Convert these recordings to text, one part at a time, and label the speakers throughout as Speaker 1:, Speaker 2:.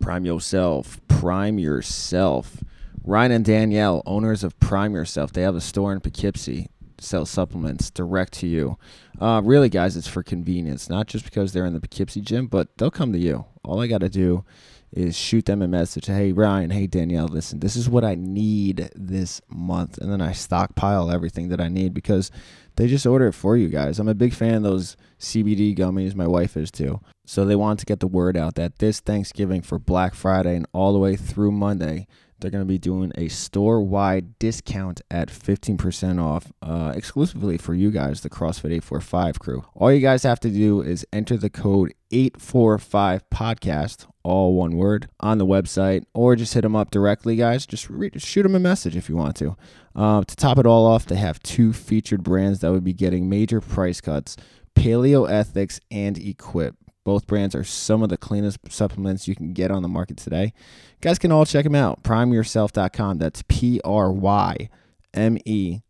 Speaker 1: Prime Yourself. Prime Yourself. Ryan and Danielle, owners of Prime Yourself, they have a store in Poughkeepsie. Sell supplements direct to you. Uh, really, guys, it's for convenience, not just because they're in the Poughkeepsie gym, but they'll come to you. All I got to do is shoot them a message. Hey, Ryan. Hey, Danielle. Listen, this is what I need this month. And then I stockpile everything that I need because they just order it for you guys. I'm a big fan of those CBD gummies. My wife is too. So they want to get the word out that this Thanksgiving for Black Friday and all the way through Monday, they're going to be doing a store wide discount at 15% off uh, exclusively for you guys, the CrossFit 845 crew. All you guys have to do is enter the code 845podcast, all one word, on the website, or just hit them up directly, guys. Just re- shoot them a message if you want to. Uh, to top it all off, they have two featured brands that would be getting major price cuts Paleo Ethics and Equip. Both brands are some of the cleanest supplements you can get on the market today. Guys can all check them out. PrimeYourself.com. That's P R Y M E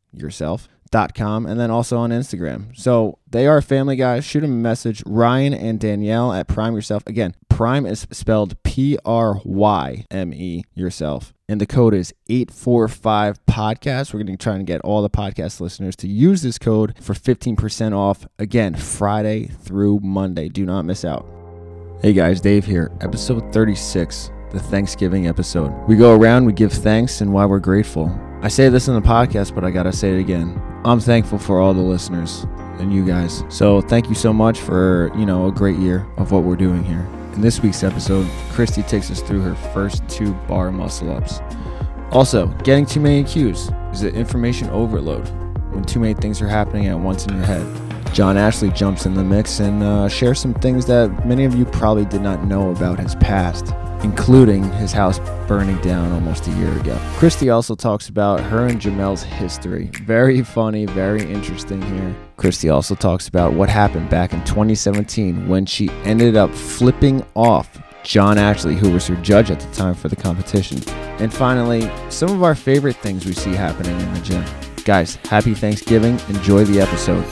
Speaker 1: yourself.com. And then also on Instagram. So they are family guys. Shoot them a message. Ryan and Danielle at Prime Yourself. Again, Prime is spelled P R Y M E yourself. And the code is 845 podcast. We're going to try and get all the podcast listeners to use this code for 15% off. Again, Friday through Monday. Do not miss out. Hey guys, Dave here. Episode 36, the Thanksgiving episode. We go around, we give thanks, and why we're grateful. I say this in the podcast, but I gotta say it again. I'm thankful for all the listeners and you guys. So thank you so much for, you know, a great year of what we're doing here. In this week's episode, Christy takes us through her first two bar muscle ups. Also, getting too many cues is an information overload when too many things are happening at once in your head. John Ashley jumps in the mix and uh, shares some things that many of you probably did not know about his past, including his house burning down almost a year ago. Christy also talks about her and Jamel's history. Very funny, very interesting here. Christy also talks about what happened back in 2017 when she ended up flipping off John Ashley, who was her judge at the time for the competition. And finally, some of our favorite things we see happening in the gym. Guys, happy Thanksgiving. Enjoy the episode.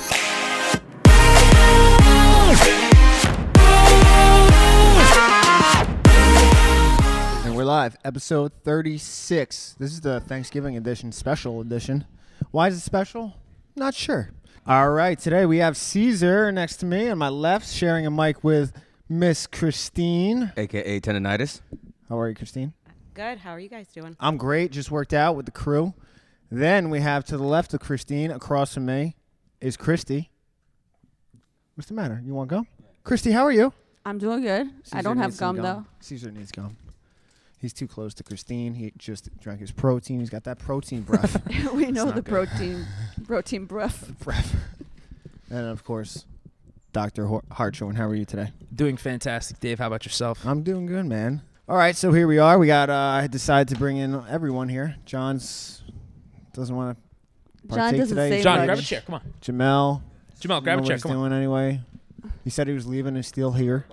Speaker 1: And we're live, episode 36. This is the Thanksgiving edition, special edition. Why is it special? Not sure. All right, today we have Caesar next to me on my left, sharing a mic with Miss Christine.
Speaker 2: aka tendonitis.
Speaker 1: How are you, Christine?
Speaker 3: Good. How are you guys doing?
Speaker 1: I'm great. Just worked out with the crew. Then we have to the left of Christine, across from me, is Christy. What's the matter? You want gum? Christy, how are you?
Speaker 4: I'm doing good. I
Speaker 1: Caesar
Speaker 4: don't
Speaker 1: needs
Speaker 4: have
Speaker 1: some
Speaker 4: gum, though.
Speaker 1: Caesar needs gum. He's too close to Christine. He just drank his protein. He's got that protein breath.
Speaker 4: we know
Speaker 1: not
Speaker 4: the
Speaker 1: good.
Speaker 4: protein protein breath.
Speaker 1: breath. And of course, Dr. Hor- Hartshorn, how are you today?
Speaker 5: Doing fantastic, Dave. How about yourself?
Speaker 1: I'm doing good, man. All right, so here we are. We got. Uh, I decided to bring in everyone here. John's doesn't want to.
Speaker 4: John doesn't
Speaker 1: today.
Speaker 4: say
Speaker 5: John,
Speaker 4: much.
Speaker 5: grab a chair. Come on.
Speaker 1: Jamel.
Speaker 5: Jamal,
Speaker 1: don't
Speaker 5: grab
Speaker 1: know
Speaker 5: a
Speaker 1: what
Speaker 5: chair.
Speaker 1: he's
Speaker 5: Come on.
Speaker 1: doing anyway. He said he was leaving and still here.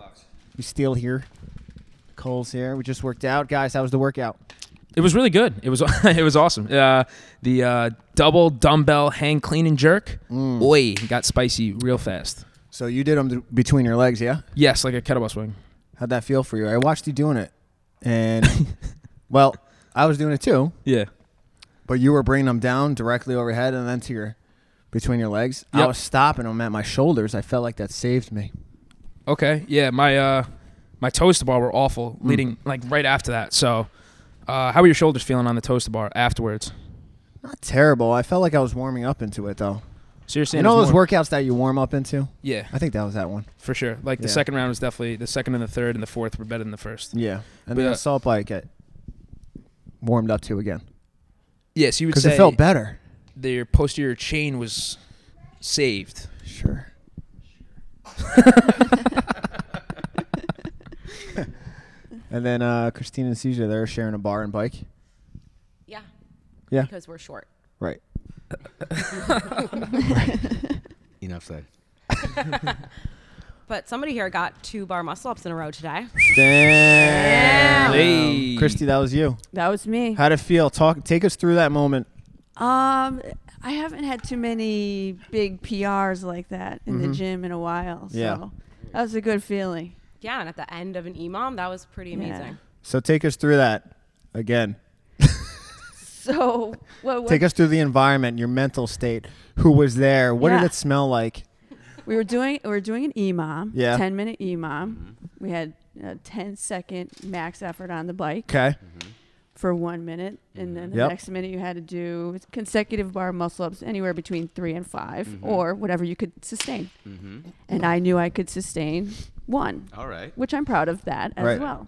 Speaker 1: He's still here. Cole's here. We just worked out, guys. How was the workout?
Speaker 5: It was really good. It was it was awesome. Uh, the uh, double dumbbell hang clean and jerk.
Speaker 1: Mm.
Speaker 5: Oi, got spicy real fast.
Speaker 1: So you did them between your legs, yeah?
Speaker 5: Yes, like a kettlebell swing.
Speaker 1: How'd that feel for you? I watched you doing it, and well, I was doing it too,
Speaker 5: Yeah.
Speaker 1: but you were bringing them down directly overhead and then to your between your legs. I
Speaker 5: Yep.
Speaker 1: was stopping them at my shoulders. I felt like that saved me.
Speaker 5: Okay. Yeah. My uh, my toes to bar were awful.
Speaker 1: Mm.
Speaker 5: Leading like right after that. So, uh, how were your shoulders feeling on the toes to bar afterwards?
Speaker 1: Not terrible. I felt like I was warming up into it though.
Speaker 5: So you're saying
Speaker 1: You know
Speaker 5: it was
Speaker 1: those
Speaker 5: more-
Speaker 1: workouts that you warm up into?
Speaker 5: Yeah,
Speaker 1: I think that was that one.
Speaker 5: for sure. Like the
Speaker 1: Yeah. Mm.
Speaker 5: second round was definitely the second and the third and the fourth were better than the first.
Speaker 1: Yeah, and
Speaker 5: But,
Speaker 1: then
Speaker 5: uh,
Speaker 1: assault bike I warmed up to again
Speaker 5: Yes, you would
Speaker 1: because
Speaker 5: say
Speaker 1: it felt better.
Speaker 5: their posterior chain was saved.
Speaker 1: Sure. and then uh, Christine and Caesar, they're sharing a bar and bike.
Speaker 3: Yeah.
Speaker 1: Yeah.
Speaker 3: Because we're short.
Speaker 1: Right.
Speaker 2: Enough said.
Speaker 3: But somebody here got two bar muscle ups in a row today.
Speaker 1: Damn.
Speaker 5: Hey.
Speaker 1: Christy, that was you.
Speaker 4: That was me.
Speaker 1: How'd it feel? Talk. Take us through that moment.
Speaker 4: Um, I haven't had too many big PRs like that in
Speaker 1: Mhm.
Speaker 4: the gym in a while. So
Speaker 1: Yeah.
Speaker 4: that was a good feeling.
Speaker 3: Yeah, and at the end of an EMOM, that was pretty
Speaker 4: Yeah.
Speaker 3: amazing.
Speaker 1: So take us through that again.
Speaker 4: So what, what
Speaker 1: Take us through the environment, your mental state. Who was there? What
Speaker 4: Yeah.
Speaker 1: did it smell like?
Speaker 4: we were doing we were doing an EMOM,
Speaker 1: Yeah.
Speaker 4: ten minute EMOM. We had a 10 second max effort on the bike
Speaker 1: Okay.
Speaker 4: for one minute, and then the
Speaker 1: Mm-hmm. Yep.
Speaker 4: next minute you had to do consecutive bar muscle ups anywhere between three and 5 or whatever you could sustain.
Speaker 2: Mm-hmm.
Speaker 4: And I knew I could sustain one,
Speaker 2: All right.
Speaker 4: which I'm proud of that as
Speaker 1: Right.
Speaker 4: well.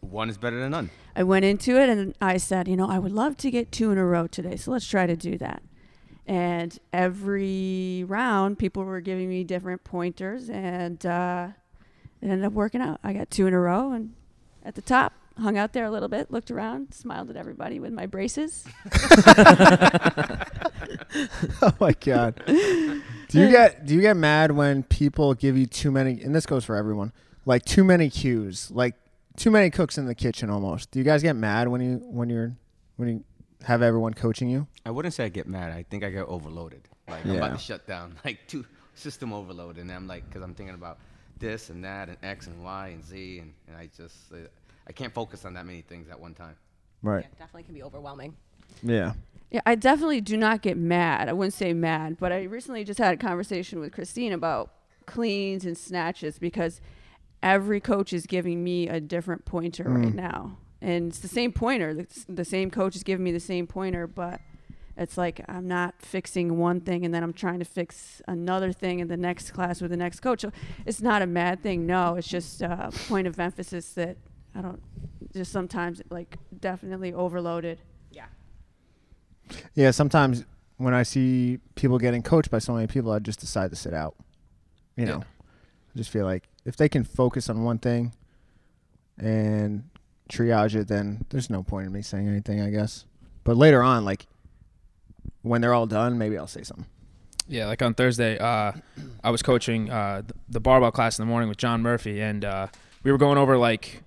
Speaker 2: One is better than none.
Speaker 4: I went into it and I said, you know, I would love to get two in a row today, so let's try to do that. And every round, people were giving me different pointers, and uh, it ended up working out. I got two in a row, and at the top, hung out there a little bit, looked around, smiled at everybody with my braces.
Speaker 1: oh my god. Do you get do you get mad when people give you too many and this goes for everyone, like too many cues, like too many cooks in the kitchen almost. Do you guys get mad when you when you're when you have everyone coaching you?
Speaker 2: I wouldn't say I get mad. I think I get overloaded. Like I'm
Speaker 1: Yeah.
Speaker 2: about to shut down. Like two system overload, and I'm like, because I'm thinking about this and that and X and Y and Z, and, and I just uh, I can't focus on that many things at one time.
Speaker 1: Right.
Speaker 3: Yeah, definitely can be overwhelming.
Speaker 1: Yeah.
Speaker 4: Yeah, I definitely do not get mad. I wouldn't say mad, but I recently just had a conversation with Christine about cleans and snatches because every coach is giving me a different pointer right now. And it's the same pointer. The, the same coach is giving me the same pointer, but it's like I'm not fixing one thing and then I'm trying to fix another thing in the next class with the next coach. So it's not a mad thing. No, it's just a point of emphasis that I don't just sometimes like definitely overloaded.
Speaker 3: Yeah.
Speaker 1: Yeah, sometimes when I see people getting coached by so many people, I just decide to sit out. You know. I just feel like if they can focus on one thing and triage it, then there's no point in me saying anything, I guess. But later on, like when they're all done, maybe I'll say something.
Speaker 5: Yeah, like on Thursday, uh, I was coaching uh, th- the barbell class in the morning with John Murphy, and uh, we were going over like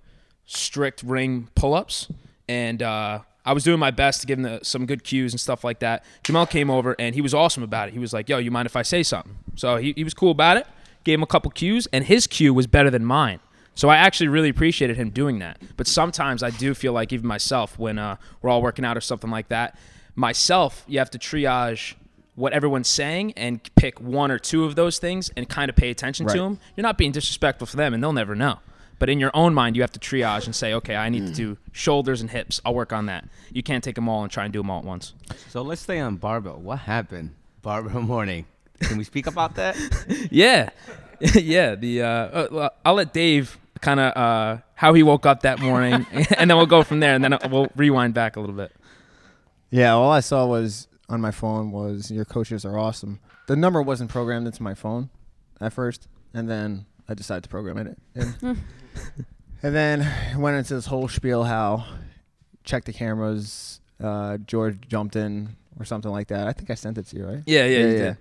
Speaker 5: strict ring pull ups. And uh, I was doing my best to give him the, some good cues and stuff like that. Jamal came over, and he was awesome about it. He was like, Yo, you mind if I say something? So he, he was cool about it, gave him a couple cues, and his cue was better than mine. So I actually really appreciated him doing that. But sometimes I do feel like, even myself, when uh, we're all working out or something like that, myself, you have to triage what everyone's saying and pick one or two of those things and kind of pay attention to
Speaker 1: Right.
Speaker 5: them. You're not being disrespectful for them, and they'll never know. But in your own mind, you have to triage and say, okay, I need to do shoulders and hips. I'll work on that. You can't take them all and try and do them all at once.
Speaker 2: So let's stay on barbell. What happened, barbell morning? Can we speak about that?
Speaker 5: Yeah, yeah. The uh, uh, well, I'll let Dave kind of uh, how he woke up that morning, and then we'll go from there, and then we'll rewind back a little bit.
Speaker 1: Yeah, all I saw was on my phone was your coaches are awesome. The number wasn't programmed into my phone at first, and then I decided to program it. And, and then went into this whole spiel how check the cameras. Uh, George jumped in or something like that. I think I sent it to you, right?
Speaker 5: Yeah, yeah, you did.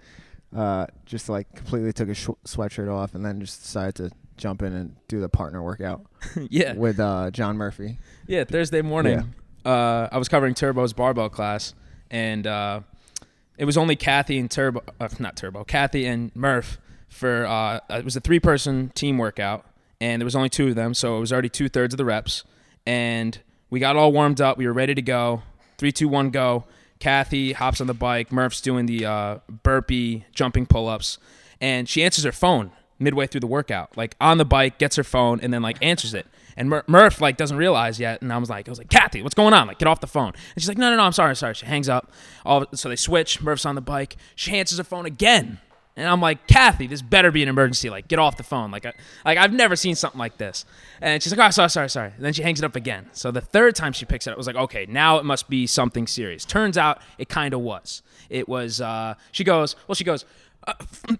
Speaker 1: Uh, just like completely took his sh- sweatshirt off and then just decided to jump in and do the partner workout
Speaker 5: yeah,
Speaker 1: with uh, John Murphy.
Speaker 5: Yeah, Thursday morning, uh, I was covering Turbo's barbell class, and uh, it was only Kathy and Turbo, uh, not Turbo, Kathy and Murph for uh, it was a three-person team workout, and there was only two of them, so it was already two thirds of the reps, and we got all warmed up, we were ready to go, three, two, one, go. Kathy hops on the bike, Murph's doing the uh, burpee jumping pull-ups, and she answers her phone midway through the workout, like on the bike, gets her phone, and then like answers it. And Mur- Murph like doesn't realize yet, and I was like, I was like, Kathy, what's going on? Like, get off the phone. And she's like, No, no, no, I'm sorry, I'm sorry. She hangs up. All so they switch. Murph's on the bike. She answers her phone again, and I'm like, Kathy, this better be an emergency. Like, get off the phone. Like, I, like I've never seen something like this. And she's like, Oh, sorry, sorry, sorry. And then she hangs it up again. So the third time she picks it up, it was like, Okay, now it must be something serious. Turns out it kind of was. It was. Uh, she goes. Well, she goes uh,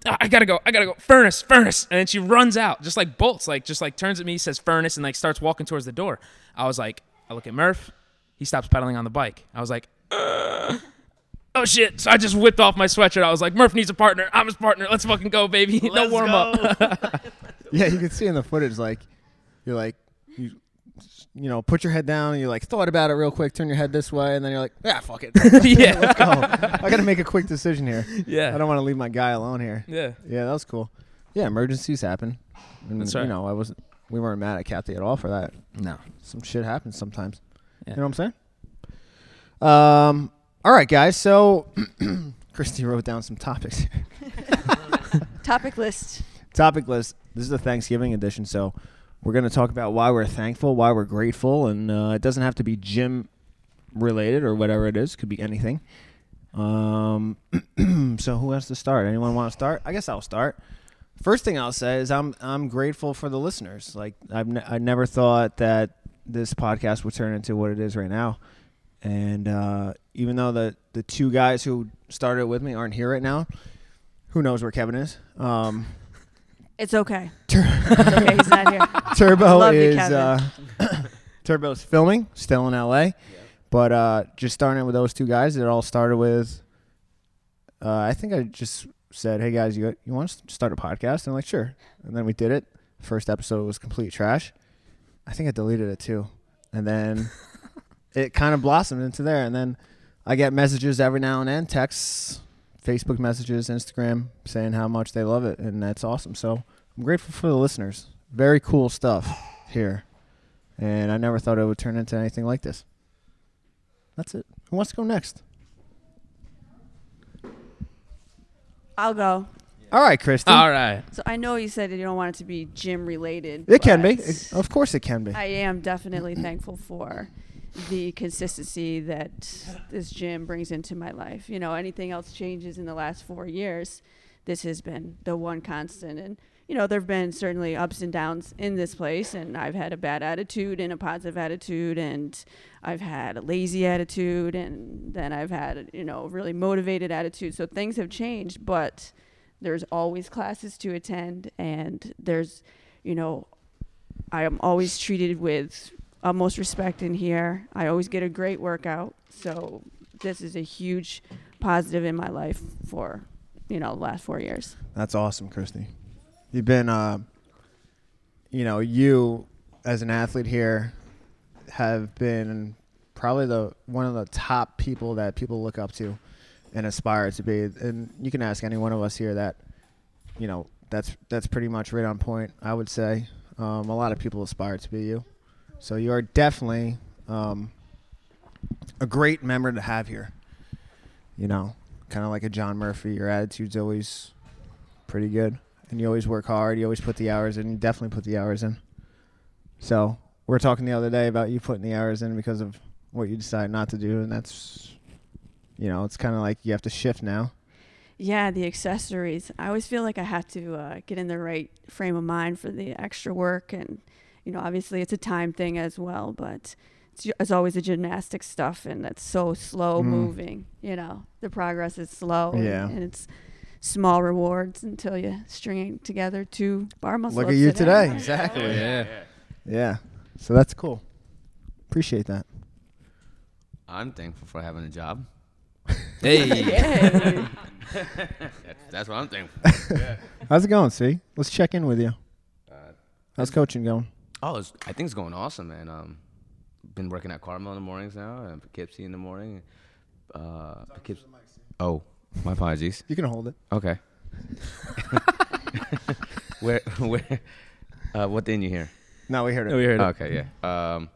Speaker 5: I gotta go, I gotta go, furnace, furnace, and then she runs out, just like bolts, like just like turns at me, says furnace, and like starts walking towards the door. I was like, I look at Murph, he stops pedaling on the bike. I was like, "Uh, oh shit! So I just whipped off my sweatshirt. I was like, Murph needs a partner. I'm his partner. Let's fucking go, baby. no warm up.
Speaker 1: Yeah, you can see in the footage, like you're like you, you know, put your head down. You like thought about it real quick, turn your head this way, and then you're like, yeah, fuck it, let's
Speaker 5: yeah,
Speaker 1: go. I got to make a quick decision here.
Speaker 5: yeah,
Speaker 1: I don't want to leave my guy alone here.
Speaker 5: yeah.
Speaker 1: Yeah, that was cool. Yeah, emergencies happen. And,
Speaker 5: That's right.
Speaker 1: You know, I wasn't we weren't mad at Kathy at all for that.
Speaker 5: No.
Speaker 1: Some shit happens sometimes.
Speaker 5: Yeah.
Speaker 1: You know what I'm saying? Um. All right, guys. So, Christy wrote down some topics.
Speaker 4: Topic list.
Speaker 1: Topic list. This is a Thanksgiving edition, so we're going to talk about why we're thankful, why we're grateful, and uh, it doesn't have to be gym related or whatever it is. Could be anything. Um. so who wants to start? Anyone want to start? I guess I'll start. First thing I'll say is I'm I'm grateful for the listeners. Like I've ne- I never thought that this podcast would turn into what it is right now. And uh, even though the the two guys who started with me aren't here right now, who knows where Kevin is? Um,
Speaker 4: It's okay.
Speaker 1: Tur-
Speaker 4: It's okay. He's not here.
Speaker 1: Turbo
Speaker 4: Love you,
Speaker 1: is
Speaker 4: Kevin.
Speaker 1: uh, Turbo's filming still in LA, but uh, just starting with those two guys. It all started with uh, I think I just said, "Hey guys, you you want to start a podcast?" And I'm like, "Sure." And then we did it. First episode was complete trash. I think I deleted it too, and then it kind of blossomed into there. And then I get messages every now and then, texts, Facebook messages, Instagram, saying how much they love it, and that's awesome. So I'm grateful for the listeners. Very cool stuff here, and I never thought it would turn into anything like this. That's it. Who wants to go next?
Speaker 4: I'll go.
Speaker 1: All right, Kristen.
Speaker 5: All right.
Speaker 4: So I know you said that you don't want it to be gym related.
Speaker 1: It can be.
Speaker 4: but
Speaker 1: It- of course, it can be.
Speaker 4: I am definitely thankful for the consistency that this gym brings into my life. You know, anything else changes in the last four years, this has been the one constant. And, you know, there have been certainly ups and downs in this place, and I've had a bad attitude and a positive attitude, and I've had a lazy attitude, and then I've had, you know, a really motivated attitude. So things have changed, but there's always classes to attend, and there's, you know, I am always treated with utmost respect in here. I always get a great workout. So this is a huge positive in my life for, you know, the last four years.
Speaker 1: That's awesome, Christy. You've been, uh, you know, you as an athlete here have been probably the one of the top people that people look up to and aspire to be. And you can ask any one of us here that, you know, that's that's pretty much right on point. I would say um, a lot of people aspire to be you, so you are definitely um, a great member to have here. You know, kind of like a John Murphy. Your attitude's always pretty good. And you always work hard. You always put the hours in. You definitely put the hours in. So we were talking the other day about you putting the hours in because of what you decided not to do, and that's, you know, it's kind of like you have to shift now.
Speaker 4: Yeah, the accessories. I always feel like I have to uh, get in the right frame of mind for the extra work. And, you know, obviously it's a time thing as well, but it's, ju- it's always the gymnastics stuff and that's so slow
Speaker 1: Mm.
Speaker 4: moving. You know, the progress is slow. and-
Speaker 1: Yeah.
Speaker 4: And, it's small rewards until you string it together two bar muscle
Speaker 1: Look at
Speaker 4: ups
Speaker 1: you
Speaker 4: a day.
Speaker 1: today.
Speaker 5: Exactly. Yeah.
Speaker 1: Yeah. So that's cool. Appreciate that.
Speaker 2: I'm thankful for having a job.
Speaker 5: Hey.
Speaker 4: Yay.
Speaker 2: That's, that's what I'm thankful. for.
Speaker 1: How's it going, see? Let's check in with you. How's coaching going?
Speaker 2: Oh, it's, I think it's going awesome, man. Um, been working at Carmel in the mornings now, and Poughkeepsie in the morning. Uh, Poughkeepsie. Oh, my apologies.
Speaker 1: You can hold it.
Speaker 2: Okay. where, where, uh, what didn't you hear?
Speaker 1: No, we heard it.
Speaker 5: We heard it.
Speaker 2: Okay, yeah. Um,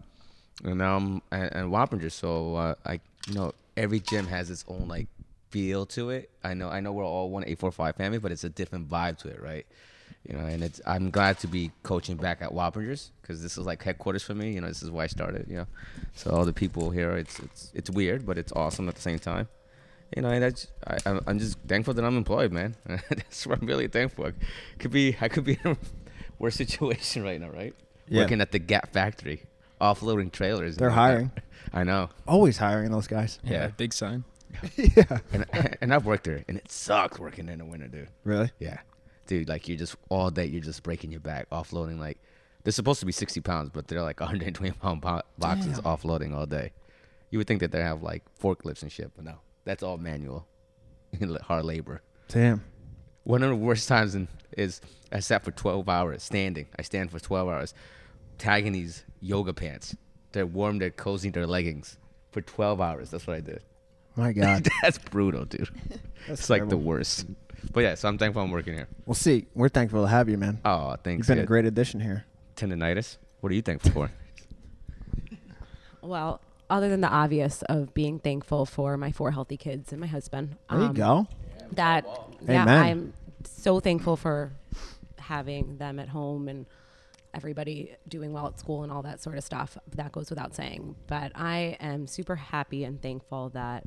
Speaker 2: and now I'm at, at Wappinger, so uh, I you know every gym has its own like feel to it. I know I know we're all one eight four five family, but it's a different vibe to it, right? You know, and it's I'm glad to be coaching back at Wappingers because this is like headquarters for me. You know, this is why I started. You know, so all the people here, it's it's it's weird, but it's awesome at the same time. You know, and that's, I, I'm- I'm just thankful that I'm employed, man. that's what I'm really thankful. I could be I could be in a worse situation right now, right?
Speaker 1: Yeah.
Speaker 2: Working at the Gap Factory, offloading trailers. and
Speaker 1: They're
Speaker 2: all that.
Speaker 1: hiring.
Speaker 2: I know.
Speaker 1: Always hiring those guys.
Speaker 5: Yeah. Big sign.
Speaker 1: yeah.
Speaker 2: And, and I've worked there, and it sucked working in the winter, dude.
Speaker 1: Really?
Speaker 2: Yeah, dude. Like you're just all day, you're just breaking your back offloading. Like they're supposed to be 60 pounds, but they're like 120 pound bo- boxes offloading all day. You would think that they have like forklifts and shit, but no, that's all manual, hard labor.
Speaker 1: Damn.
Speaker 2: One of the worst times in, is I sat for 12 hours standing. I stand for 12 hours tagging these yoga pants. They're warm, they're cozy, they're leggings for 12 hours. That's what I did.
Speaker 1: My God.
Speaker 2: That's brutal, dude. it's like the
Speaker 1: terrible.
Speaker 2: worst. But yeah, so I'm thankful I'm working here.
Speaker 1: well, see, we're thankful to have you, man.
Speaker 2: Oh, thanks.
Speaker 1: You've been a
Speaker 2: dude.
Speaker 1: great addition here.
Speaker 2: tendonitis. What are you thankful for?
Speaker 3: Well, other than the obvious of being thankful for my four healthy kids and my husband, um,
Speaker 1: There you go.
Speaker 3: That yeah,
Speaker 1: Amen.
Speaker 3: I'm so thankful for having them at home and everybody doing well at school and all that sort of stuff. That goes without saying. But I am super happy and thankful that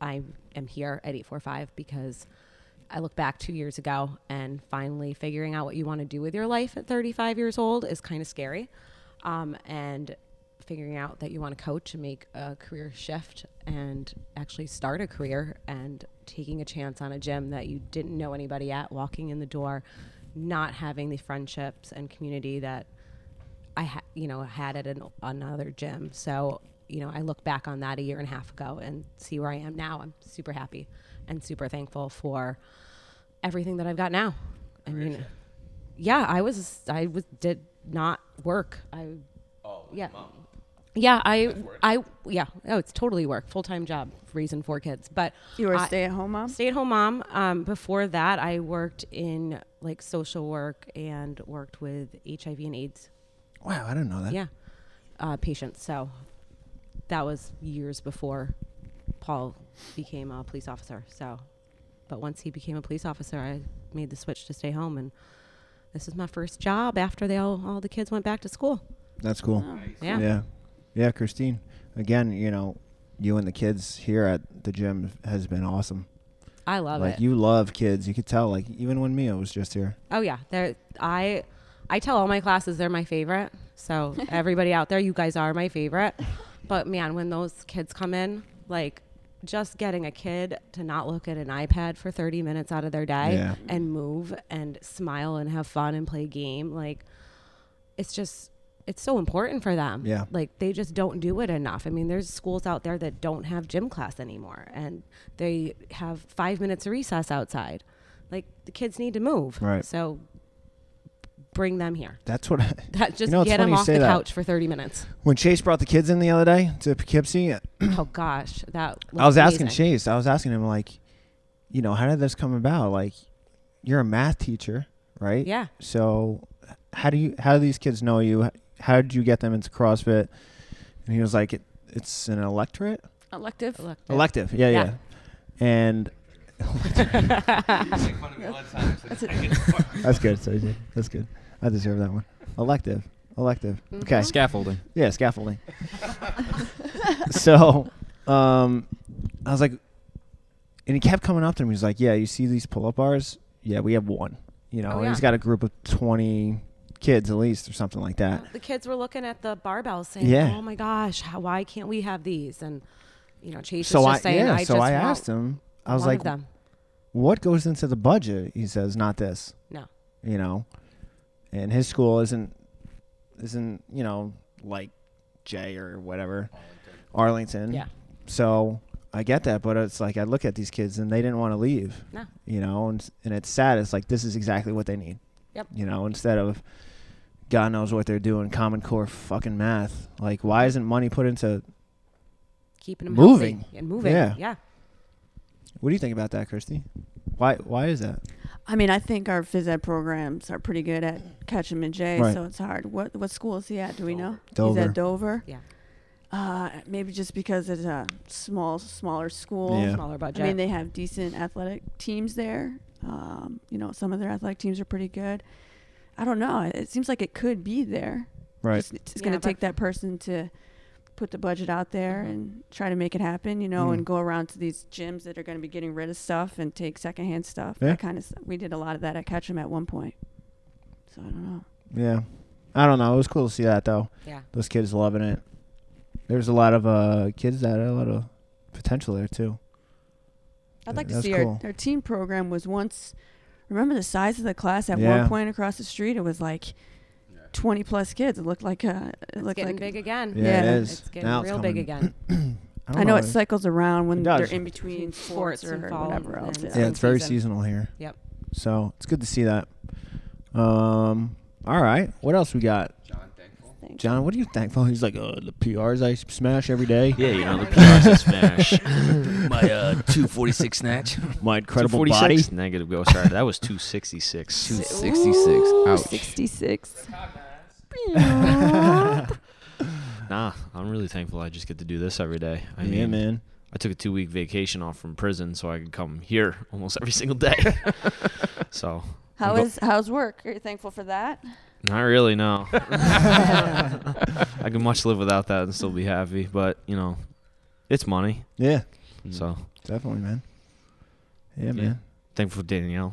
Speaker 3: I am here at 845 because I look back two years ago and finally figuring out what you want to do with your life at 35 years old is kind of scary. Um, and figuring out that you want to coach and make a career shift and actually start a career and taking a chance on a gym that you didn't know anybody at, walking in the door, not having the friendships and community that I ha- you know had at an, another gym. So you know I look back on that a year and a half ago and see where I am now. I'm super happy and super thankful for everything that I've got now. I mean, yeah, I was I was did not work. I oh yeah. Yeah, I, I, yeah, oh, it's totally work, full time job, raising four kids. But
Speaker 4: You were a
Speaker 3: I-
Speaker 4: stay at home mom?
Speaker 3: Stay at home mom. Um, before that, I worked in like social work and worked with HIV and AIDS
Speaker 1: Wow, I didn't know that.
Speaker 3: yeah uh, patients so that was years before paul became a police officer so but once he became a police officer i made the switch to stay home and this is my first job after they all, all the kids went back to school
Speaker 1: That's cool.
Speaker 3: Uh,
Speaker 4: Oh.
Speaker 3: yeah,
Speaker 1: yeah. Yeah, Christine. Again, you know, you and the kids here at the gym has been awesome.
Speaker 3: i love
Speaker 1: like
Speaker 3: it
Speaker 1: you love kids. You could tell like even when Mia was just here.
Speaker 3: oh yeah they're, i i tell all my classes they're my favorite so everybody out there you guys are my favorite but man when those kids come in like just getting a kid to not look at an ipad for 30 minutes out of their day
Speaker 1: Yeah.
Speaker 3: and move and smile and have fun and play game like it's just it's so important for them
Speaker 1: Yeah.
Speaker 3: like they just don't do it enough i mean there's schools out there that don't have gym class anymore and they have five minutes of recess outside like the kids need to move
Speaker 1: Right.
Speaker 3: so bring them here
Speaker 1: That's what I,
Speaker 3: that just
Speaker 1: You know, it's
Speaker 3: get them
Speaker 1: funny you
Speaker 3: off
Speaker 1: say
Speaker 3: the
Speaker 1: that.
Speaker 3: couch for 30 minutes
Speaker 1: when Chase brought the kids in the other day to Poughkeepsie,
Speaker 3: oh gosh that
Speaker 1: I was asking
Speaker 3: amazing.
Speaker 1: Chase. I was asking him like, you know, how did this come about? Like, you're a math teacher, right?
Speaker 3: yeah
Speaker 1: So, how do you? How do these kids know you? How did you get them into CrossFit? And he was like, it, it's an electorate,
Speaker 4: Elective?
Speaker 3: Elective.
Speaker 1: elective. Yeah, yeah.
Speaker 3: Yeah.
Speaker 1: And that's good. So that's good. I deserve that one. Elective, elective. Okay.
Speaker 3: Mhm.
Speaker 5: Scaffolding.
Speaker 1: Yeah, scaffolding. so, um, I was like, and he kept coming up to me. He's like, "Yeah, you see these pull-up bars? Yeah, we have one. You know,
Speaker 3: Oh,
Speaker 1: and he's
Speaker 3: yeah.
Speaker 1: got a group of twenty kids at least, or something like that.
Speaker 3: the kids were looking at the barbells saying
Speaker 1: Yeah.
Speaker 3: oh my gosh how, why can't we have these and you know chase
Speaker 1: so
Speaker 3: is
Speaker 1: I,
Speaker 3: just saying
Speaker 1: yeah,
Speaker 3: i
Speaker 1: so
Speaker 3: just
Speaker 1: I
Speaker 3: want
Speaker 1: asked him. I was
Speaker 3: one
Speaker 1: like,
Speaker 3: of them
Speaker 1: "What goes into the budget?" He says, "Not this.
Speaker 3: no
Speaker 1: You know, and his school isn't isn't you know like Jay or whatever, Arlington.
Speaker 3: Yeah.
Speaker 1: So I get that, but it's like I look at these kids and they didn't want to leave.
Speaker 3: No.
Speaker 1: You know, and and it's sad. It's like this is exactly what they need.
Speaker 3: Yep.
Speaker 1: You know, instead of God knows what they're doing, Common Core fucking math. Like, why isn't money put into?
Speaker 3: keeping them
Speaker 1: Moving.
Speaker 3: healthy and moving
Speaker 1: Yeah.
Speaker 3: yeah
Speaker 1: What do you think about that, Christy? Why why is that?
Speaker 4: I mean, I think our phys ed programs are pretty good at Ketchum and Jay,
Speaker 1: Right.
Speaker 4: so it's hard. What what school is he at? Do we know?
Speaker 1: Dover.
Speaker 4: He's at Dover.
Speaker 3: Yeah.
Speaker 4: Uh, maybe just because it's a small, smaller school.
Speaker 1: Yeah.
Speaker 3: smaller budget
Speaker 4: I mean, they have decent athletic teams there. Um, you know, some of their athletic teams are pretty good. I don't know. It seems like it could be there.
Speaker 1: Right.
Speaker 4: Just- it's going
Speaker 3: Yeah,
Speaker 4: to take
Speaker 3: but-
Speaker 4: that person to put the budget out there
Speaker 3: Mhm.
Speaker 4: and try to make it happen, you know,
Speaker 1: Mm.
Speaker 4: and go around to these gyms that are going to be getting rid of stuff and take secondhand stuff.
Speaker 1: Yeah.
Speaker 4: That kind of stuff. We did a lot of that at Ketchum at one point. So I don't know.
Speaker 1: Yeah. I don't know. It was cool to see that though.
Speaker 3: yeah
Speaker 1: Those kids loving it. There's a lot of uh kids that had a lot of potential there too.
Speaker 4: I'd like to
Speaker 1: That's
Speaker 4: see
Speaker 1: cool.
Speaker 4: our, our teen program was once. Remember the size of the class at
Speaker 1: Yeah.
Speaker 4: one point across the street? It was like twenty plus kids. It looked like a. It
Speaker 3: it's
Speaker 4: looked
Speaker 3: getting
Speaker 4: like
Speaker 3: big again
Speaker 1: Yeah, it
Speaker 4: Yeah.
Speaker 1: is.
Speaker 3: it's getting
Speaker 1: Now
Speaker 3: real big
Speaker 1: coming.
Speaker 3: again
Speaker 1: don't
Speaker 4: I know
Speaker 1: know.
Speaker 4: it cycles around
Speaker 1: It
Speaker 4: when they're
Speaker 1: does.
Speaker 4: in between
Speaker 3: Sports
Speaker 4: sports,
Speaker 3: and
Speaker 4: or
Speaker 3: fall
Speaker 4: whatever
Speaker 3: and
Speaker 4: else.
Speaker 3: then
Speaker 4: yeah.
Speaker 1: Yeah,
Speaker 3: Yeah,
Speaker 1: it's very
Speaker 3: season.
Speaker 1: seasonal here.
Speaker 3: Yep.
Speaker 1: So it's good to see that. Um, all right. What else we got?
Speaker 2: John, thankful.
Speaker 1: John, what are you thankful? He's like, uh, the PRs I smash every day.
Speaker 2: Yeah, you know the PRs is smash. My uh, 246 snatch.
Speaker 1: My incredible
Speaker 6: 246?
Speaker 1: body.
Speaker 2: Oh,
Speaker 6: Negative go. Sorry, that was 266.
Speaker 2: 266. Ouch.
Speaker 4: 66.
Speaker 7: Nah, I'm really thankful I just get to do this every day. I
Speaker 1: yeah,
Speaker 7: mean,
Speaker 1: man.
Speaker 7: I took a two week vacation off from prison so I could come here almost every single day. so,
Speaker 4: How
Speaker 7: Go-
Speaker 4: is how's work? Are you thankful for that?
Speaker 7: not really, no. I could much live without that and still be happy, but, you know, it's money.
Speaker 1: Yeah,
Speaker 7: So,
Speaker 1: definitely, man. Yeah,
Speaker 7: Yeah.
Speaker 1: man.
Speaker 7: thankful for Danielle,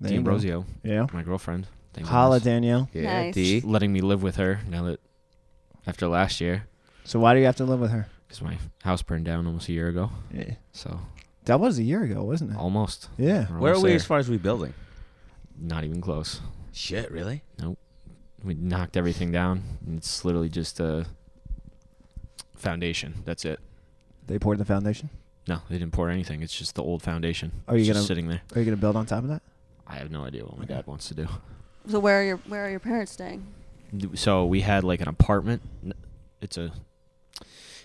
Speaker 1: There you go.
Speaker 7: D'Ambrosio,
Speaker 1: Yeah.
Speaker 7: my girlfriend. Thank
Speaker 1: Holla,
Speaker 7: goodness.
Speaker 1: Danielle.
Speaker 2: Yeah,
Speaker 4: Nice.
Speaker 2: D.
Speaker 7: Letting me live with her now that after last year,
Speaker 1: So why do you have to live with her?
Speaker 7: because my house burned down almost a year ago.
Speaker 1: Yeah.
Speaker 7: So,
Speaker 1: That was a year ago, wasn't it?
Speaker 7: Oh. almost.
Speaker 1: Yeah.
Speaker 7: We're
Speaker 2: Where are
Speaker 7: almost
Speaker 2: we
Speaker 7: there.
Speaker 2: as far as rebuilding?
Speaker 7: Not even close.
Speaker 2: Shit, really?
Speaker 7: we knocked everything down. and It's literally just a foundation. That's it.
Speaker 1: They poured the foundation.
Speaker 7: No, they didn't pour anything. It's just the old foundation.
Speaker 1: Are you
Speaker 7: It's just
Speaker 1: gonna-
Speaker 7: sitting there?
Speaker 1: Are you gonna build on top of that?
Speaker 7: I have no idea what my dad wants to do.
Speaker 4: So where are your where are your parents staying?
Speaker 7: So we had like an apartment. N- It's a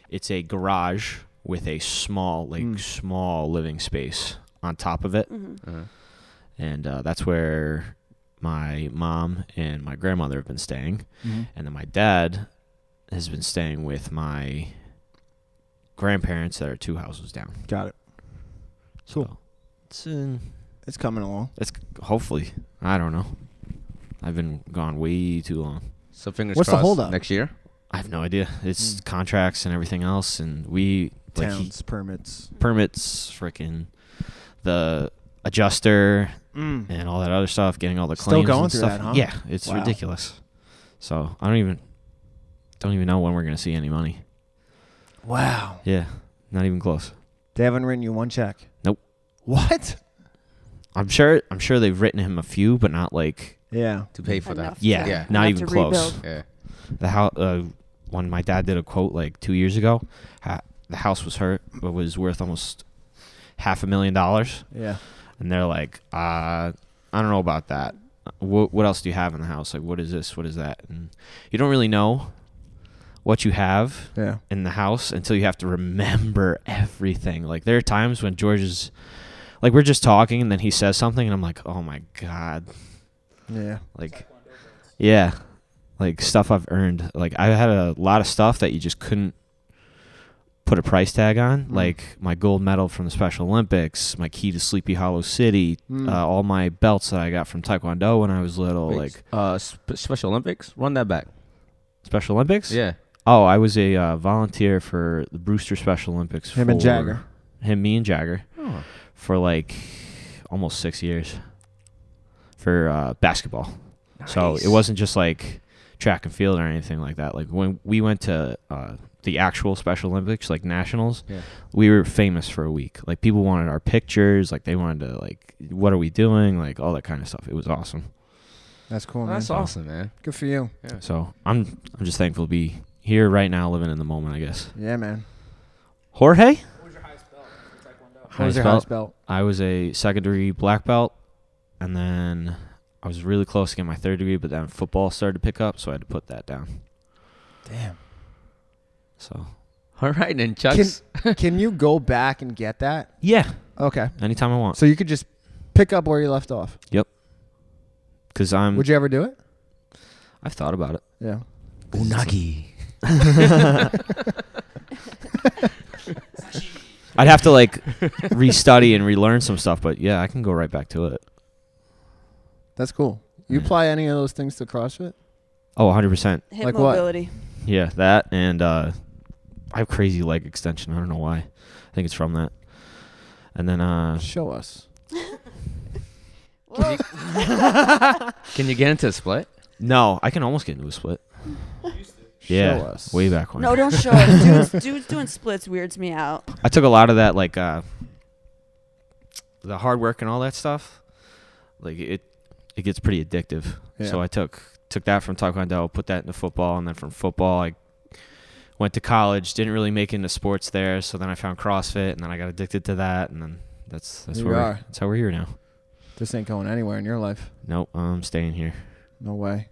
Speaker 7: it's a garage with a small like
Speaker 1: Mm.
Speaker 7: small living space on top of it,
Speaker 4: Mm-hmm.
Speaker 2: Uh-huh.
Speaker 7: and uh, that's where my mom and my grandmother have been staying.
Speaker 1: Mm-hmm.
Speaker 7: and then my dad has been staying with my grandparents that are two houses down.
Speaker 1: Got it. Cool.
Speaker 7: So it's in,
Speaker 1: It's coming along.
Speaker 7: it's hopefully I don't know. I've been gone way too long.
Speaker 2: So fingers
Speaker 1: What's the
Speaker 2: crossed.
Speaker 1: holdup?
Speaker 2: Next year?
Speaker 7: I have no idea. It's
Speaker 1: Mm.
Speaker 7: contracts and everything else, and we like he-
Speaker 1: Towns, permits.
Speaker 7: permits, freaking the adjuster
Speaker 1: Mm.
Speaker 7: and all that other stuff, getting all the
Speaker 1: Still
Speaker 7: claims
Speaker 1: going
Speaker 7: and
Speaker 1: through
Speaker 7: stuff.
Speaker 1: that, huh?
Speaker 7: Yeah, it's
Speaker 1: Wow.
Speaker 7: ridiculous. So I don't even don't even know when we're gonna see any money.
Speaker 1: Wow.
Speaker 7: Yeah, not even close.
Speaker 1: They haven't written you one check.
Speaker 7: Nope.
Speaker 1: What?
Speaker 7: I'm sure. I'm sure they've written him a few, but not like
Speaker 1: Yeah.
Speaker 2: To pay for
Speaker 4: Enough.
Speaker 2: that.
Speaker 7: yeah,
Speaker 2: Yeah.
Speaker 7: not
Speaker 4: Enough
Speaker 7: even
Speaker 4: to
Speaker 7: close.
Speaker 4: rebuild.
Speaker 2: Yeah.
Speaker 7: The house. Uh, when my dad did a quote like two years ago, ha- the house was hurt, but was worth almost half a million dollars,
Speaker 1: Yeah.
Speaker 7: and they're like, uh, I don't know about that. What what else do you have in the house? Like, what is this? What is that? And you don't really know what you have
Speaker 1: Yeah.
Speaker 7: in the house until you have to remember everything. Like there are times when George is like we're just talking and then he says something and I'm like, "Oh my god."
Speaker 1: Yeah.
Speaker 7: Like yeah. Like stuff I've earned. Like I had a lot of stuff that you just couldn't put a price tag on,
Speaker 1: Mm.
Speaker 7: like my gold medal from the Special Olympics, my key to Sleepy Hollow City,
Speaker 1: Mm.
Speaker 7: uh, all my belts that I got from Taekwondo when I was little,
Speaker 2: Wait,
Speaker 7: like
Speaker 2: uh, sp- Special Olympics. Run that back.
Speaker 7: Special Olympics?
Speaker 2: Yeah.
Speaker 7: Oh, I was a uh, volunteer for the Brewster Special Olympics
Speaker 1: Him and
Speaker 7: for-
Speaker 1: Jagger.
Speaker 7: Him, me and Jagger.
Speaker 2: Oh.
Speaker 7: for like almost six years for uh, basketball. So it wasn't just like track and field or anything like that. Like when we went to uh, the actual Special Olympics, like nationals,
Speaker 2: Yeah.
Speaker 7: we were famous for a week. Like people wanted our pictures. Like they wanted to like, what are we doing? Like all that kind of stuff. It was awesome.
Speaker 1: That's cool,
Speaker 2: Well,
Speaker 1: man.
Speaker 2: that's awesome, man.
Speaker 1: Good for you.
Speaker 7: So I'm I'm just thankful to be here right now, living in the moment. I guess.
Speaker 1: Yeah, man.
Speaker 7: Jorge,
Speaker 1: What was
Speaker 7: Highest
Speaker 1: your
Speaker 7: belt.
Speaker 1: house belt?
Speaker 7: I was a secondary black belt, and then I was really close to getting my third degree, but then football started to pick up, so I had to put that down.
Speaker 1: Damn.
Speaker 7: So
Speaker 2: All right, then, Chucks.
Speaker 1: Can you go back and get that?
Speaker 7: yeah,
Speaker 1: Okay.
Speaker 7: anytime I want,
Speaker 1: So you could just pick up where you left off.
Speaker 7: because I'm.
Speaker 1: Would you ever do it?
Speaker 7: I've thought about it.
Speaker 1: Yeah.
Speaker 2: Unagi.
Speaker 7: I'd have to like restudy and relearn some stuff, but yeah, I can go right back to it.
Speaker 1: That's cool. You
Speaker 7: Yeah.
Speaker 1: apply any of those things to CrossFit?
Speaker 7: Oh, 100 percent.
Speaker 4: Hip
Speaker 1: Like what?
Speaker 4: mobility.
Speaker 7: Yeah, that and uh, I have crazy leg extension. I don't know why. I think it's from that. And then uh,
Speaker 1: Show us.
Speaker 4: Whoa.
Speaker 2: Can you get into a split?
Speaker 7: no, I can almost get into a split. Yeah,
Speaker 1: Show us.
Speaker 7: way back when.
Speaker 4: No, don't show it. Dudes, dudes doing splits weirds me out.
Speaker 7: I took a lot of that, like uh, the hard work and all that stuff. Like it, it gets pretty addictive.
Speaker 1: Yeah.
Speaker 7: So I took took that from taekwondo, put that into football, and then from football I went to college. Didn't really make it into sports there, so then I found CrossFit, and then I got addicted to that, and then that's that's
Speaker 1: Here
Speaker 7: where
Speaker 1: we
Speaker 7: we're-
Speaker 1: are.
Speaker 7: that's how we're here now.
Speaker 1: This ain't going anywhere in your life.
Speaker 7: Nope, I'm staying here.
Speaker 1: No way.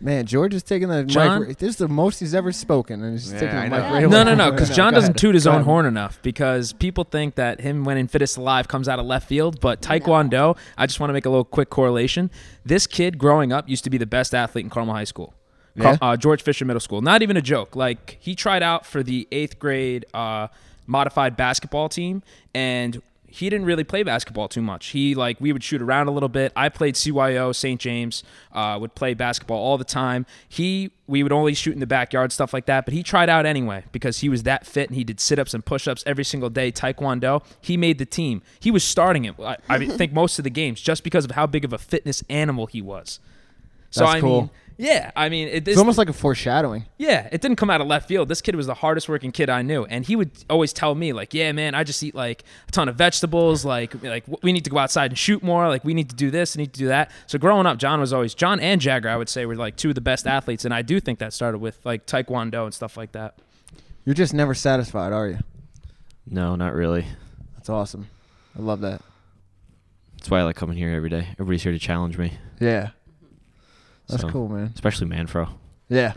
Speaker 1: Man, George is taking the
Speaker 5: John?
Speaker 1: mic. This is the most he's ever spoken, and he's
Speaker 2: Yeah,
Speaker 1: taking
Speaker 2: I
Speaker 1: the
Speaker 2: know.
Speaker 1: mic right away.
Speaker 5: No, no, no, because
Speaker 1: Right
Speaker 5: John
Speaker 1: now. Go
Speaker 5: doesn't
Speaker 1: ahead.
Speaker 5: toot his
Speaker 1: Go
Speaker 5: own
Speaker 1: ahead.
Speaker 5: horn enough because people think that him winning Fittest Alive comes out of left field. But Taekwondo, I just want to make a little quick correlation. This kid growing up used to be the best athlete in Carmel High School.
Speaker 1: Yeah?
Speaker 5: uh, George Fisher Middle School. Not even a joke. Like he tried out for the eighth grade uh, modified basketball team, and he didn't really play basketball too much. He like we would shoot around a little bit. I played CYO St. James, uh, would play basketball all the time. He we would only shoot in the backyard stuff like that, but he tried out anyway because he was that fit and he did sit ups and push ups every single day. Taekwondo. He made the team. He was starting it. I, I think most of the games just because of how big of a fitness animal he was. So
Speaker 1: That's
Speaker 5: I
Speaker 1: cool.
Speaker 5: mean, yeah, I mean, it,
Speaker 1: It's almost like a foreshadowing.
Speaker 5: yeah, it didn't come out of left field. This kid was the hardest working kid I knew, and he would always tell me like, "Yeah, man, I just eat like a ton of vegetables. Like, like we need to go outside and shoot more. Like, we need to do this, and need to do that." So growing up, John was always John and Jagger. I would say were like two of the best athletes, and I do think that started with like Taekwondo and stuff like that.
Speaker 1: You're just never satisfied, are you?
Speaker 7: No, not really.
Speaker 1: That's awesome. I love that.
Speaker 7: That's why I like coming here every day. Everybody's here to challenge me,
Speaker 1: Yeah. That's
Speaker 7: So-
Speaker 1: cool, man.
Speaker 7: especially Manfro.
Speaker 1: Yeah.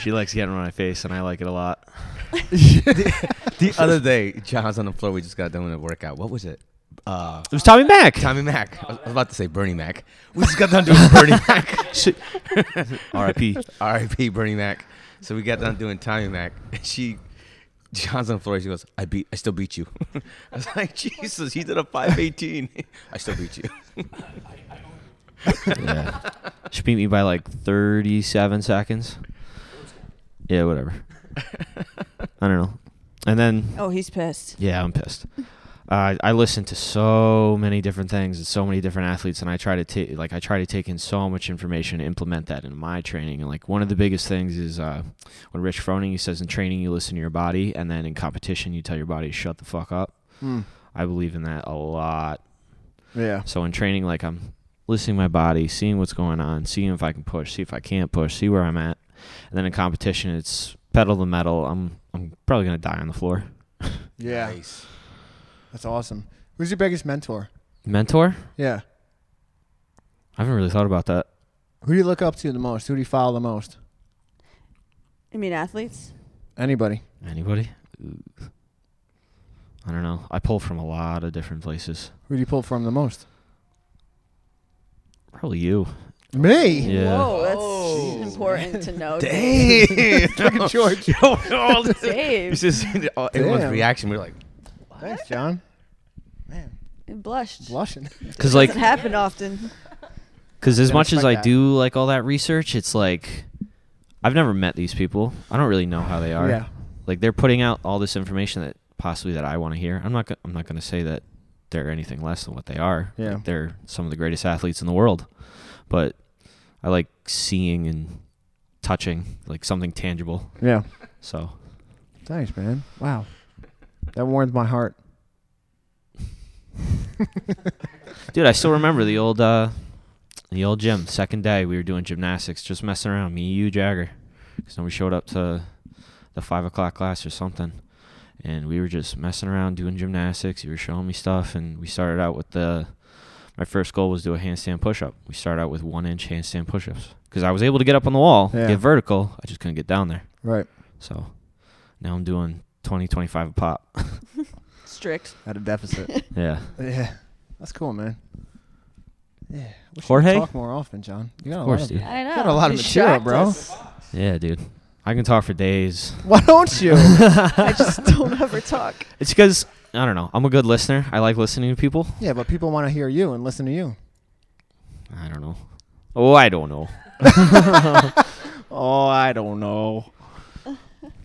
Speaker 7: She likes getting on my face, and I like it a lot.
Speaker 2: The other day, John's on the floor. We just got done with a workout. What was it? Uh,
Speaker 7: It was Tommy Mack.
Speaker 2: Tommy Mack.
Speaker 4: Oh,
Speaker 2: I was- I was about to say Bernie Mac. We just got done doing Bernie Mac.
Speaker 7: R.I.P.
Speaker 2: R.I.P. Bernie Mac. So we got done doing Tommy Mac. She, John's on the floor. She goes, "I beat. I still beat you." I was like, "Jesus, he did a five eighteen. I still beat you."
Speaker 7: yeah. She beat me by like 37 seconds. Yeah, whatever. I don't know. And then,
Speaker 4: Oh, he's pissed.
Speaker 7: yeah, I'm pissed. Uh, I listen to so many different things and so many different athletes, and I try to take like I try to take in so much information and implement that in my training. And like one of the biggest things is uh, when Rich Froning he says in training you listen to your body, and then in competition you tell your body to shut the fuck up.
Speaker 1: Hmm.
Speaker 7: I believe in that a lot.
Speaker 1: Yeah.
Speaker 7: So in training, like I'm listening to my body, seeing what's going on, seeing if I can push, see if I can't push, see where I'm at. And then in competition, it's pedal to metal. I'm I'm probably gonna die on the floor.
Speaker 1: Yeah.
Speaker 2: Nice.
Speaker 1: That's awesome. Who's your biggest mentor?
Speaker 7: Mentor?
Speaker 1: Yeah.
Speaker 7: I haven't really thought about that.
Speaker 1: Who do you look up to the most? Who do you follow the most?
Speaker 4: I mean, athletes.
Speaker 1: Anybody.
Speaker 7: Anybody? Ooh. I don't know. I pull from a lot of different places.
Speaker 1: Who do you pull from the most?
Speaker 7: Probably you.
Speaker 1: Me.
Speaker 7: Yeah.
Speaker 4: Whoa, that's
Speaker 1: Oh.
Speaker 4: important to know.
Speaker 2: Damn.
Speaker 1: Look at George.
Speaker 2: all this,
Speaker 4: Dave
Speaker 2: it's just all- everyone's
Speaker 1: Damn.
Speaker 2: reaction. We're like,
Speaker 1: Thanks, John.
Speaker 4: blushed.
Speaker 1: Blushing.
Speaker 7: Cause like,
Speaker 4: Doesn't happen often.
Speaker 7: cause as
Speaker 1: Gotta
Speaker 7: much as I
Speaker 1: respect that.
Speaker 7: do like all that research, it's like I've never met these people. I don't really know how they are.
Speaker 1: Yeah.
Speaker 7: like they're putting out all this information that possibly that I want to hear. I'm not go- I'm not going to say that they're anything less than what they are.
Speaker 1: Yeah.
Speaker 7: Like, they're some of the greatest athletes in the world. But I like seeing and touching like something tangible.
Speaker 1: Yeah.
Speaker 7: So
Speaker 1: Thanks, man. Wow. That warms my heart.
Speaker 7: Dude, I still remember the old uh the old gym. Second day we were doing gymnastics, just messing around. Me, you, Jagger. Because we showed up to the five o'clock class or something, and we were just messing around doing gymnastics. You were showing me stuff, and we started out with the. My first goal was do a handstand push up. We started out with one inch handstand push ups because I was able to get up on the wall,
Speaker 1: Yeah.
Speaker 7: get vertical. I just couldn't get down there.
Speaker 1: Right.
Speaker 7: So now I'm doing 20, 25 a pop.
Speaker 4: Strict.
Speaker 1: At a deficit.
Speaker 7: yeah.
Speaker 1: yeah. That's cool, man. Yeah. Wish you could
Speaker 7: Jorge?
Speaker 1: Talk more often, John. You got a
Speaker 7: Of
Speaker 1: lot
Speaker 7: course,
Speaker 1: of
Speaker 7: dude.
Speaker 4: I know.
Speaker 1: got a lot of
Speaker 4: You
Speaker 1: material,
Speaker 4: shocked
Speaker 1: bro.
Speaker 4: us.
Speaker 7: Yeah, dude. I can talk for days.
Speaker 1: Why don't you?
Speaker 4: I just don't ever talk.
Speaker 7: It's because I don't know. I'm a good listener. I like listening to people.
Speaker 1: yeah, but people want to hear you and listen to you.
Speaker 7: I don't know. Oh, I don't know.
Speaker 1: Oh, I don't know.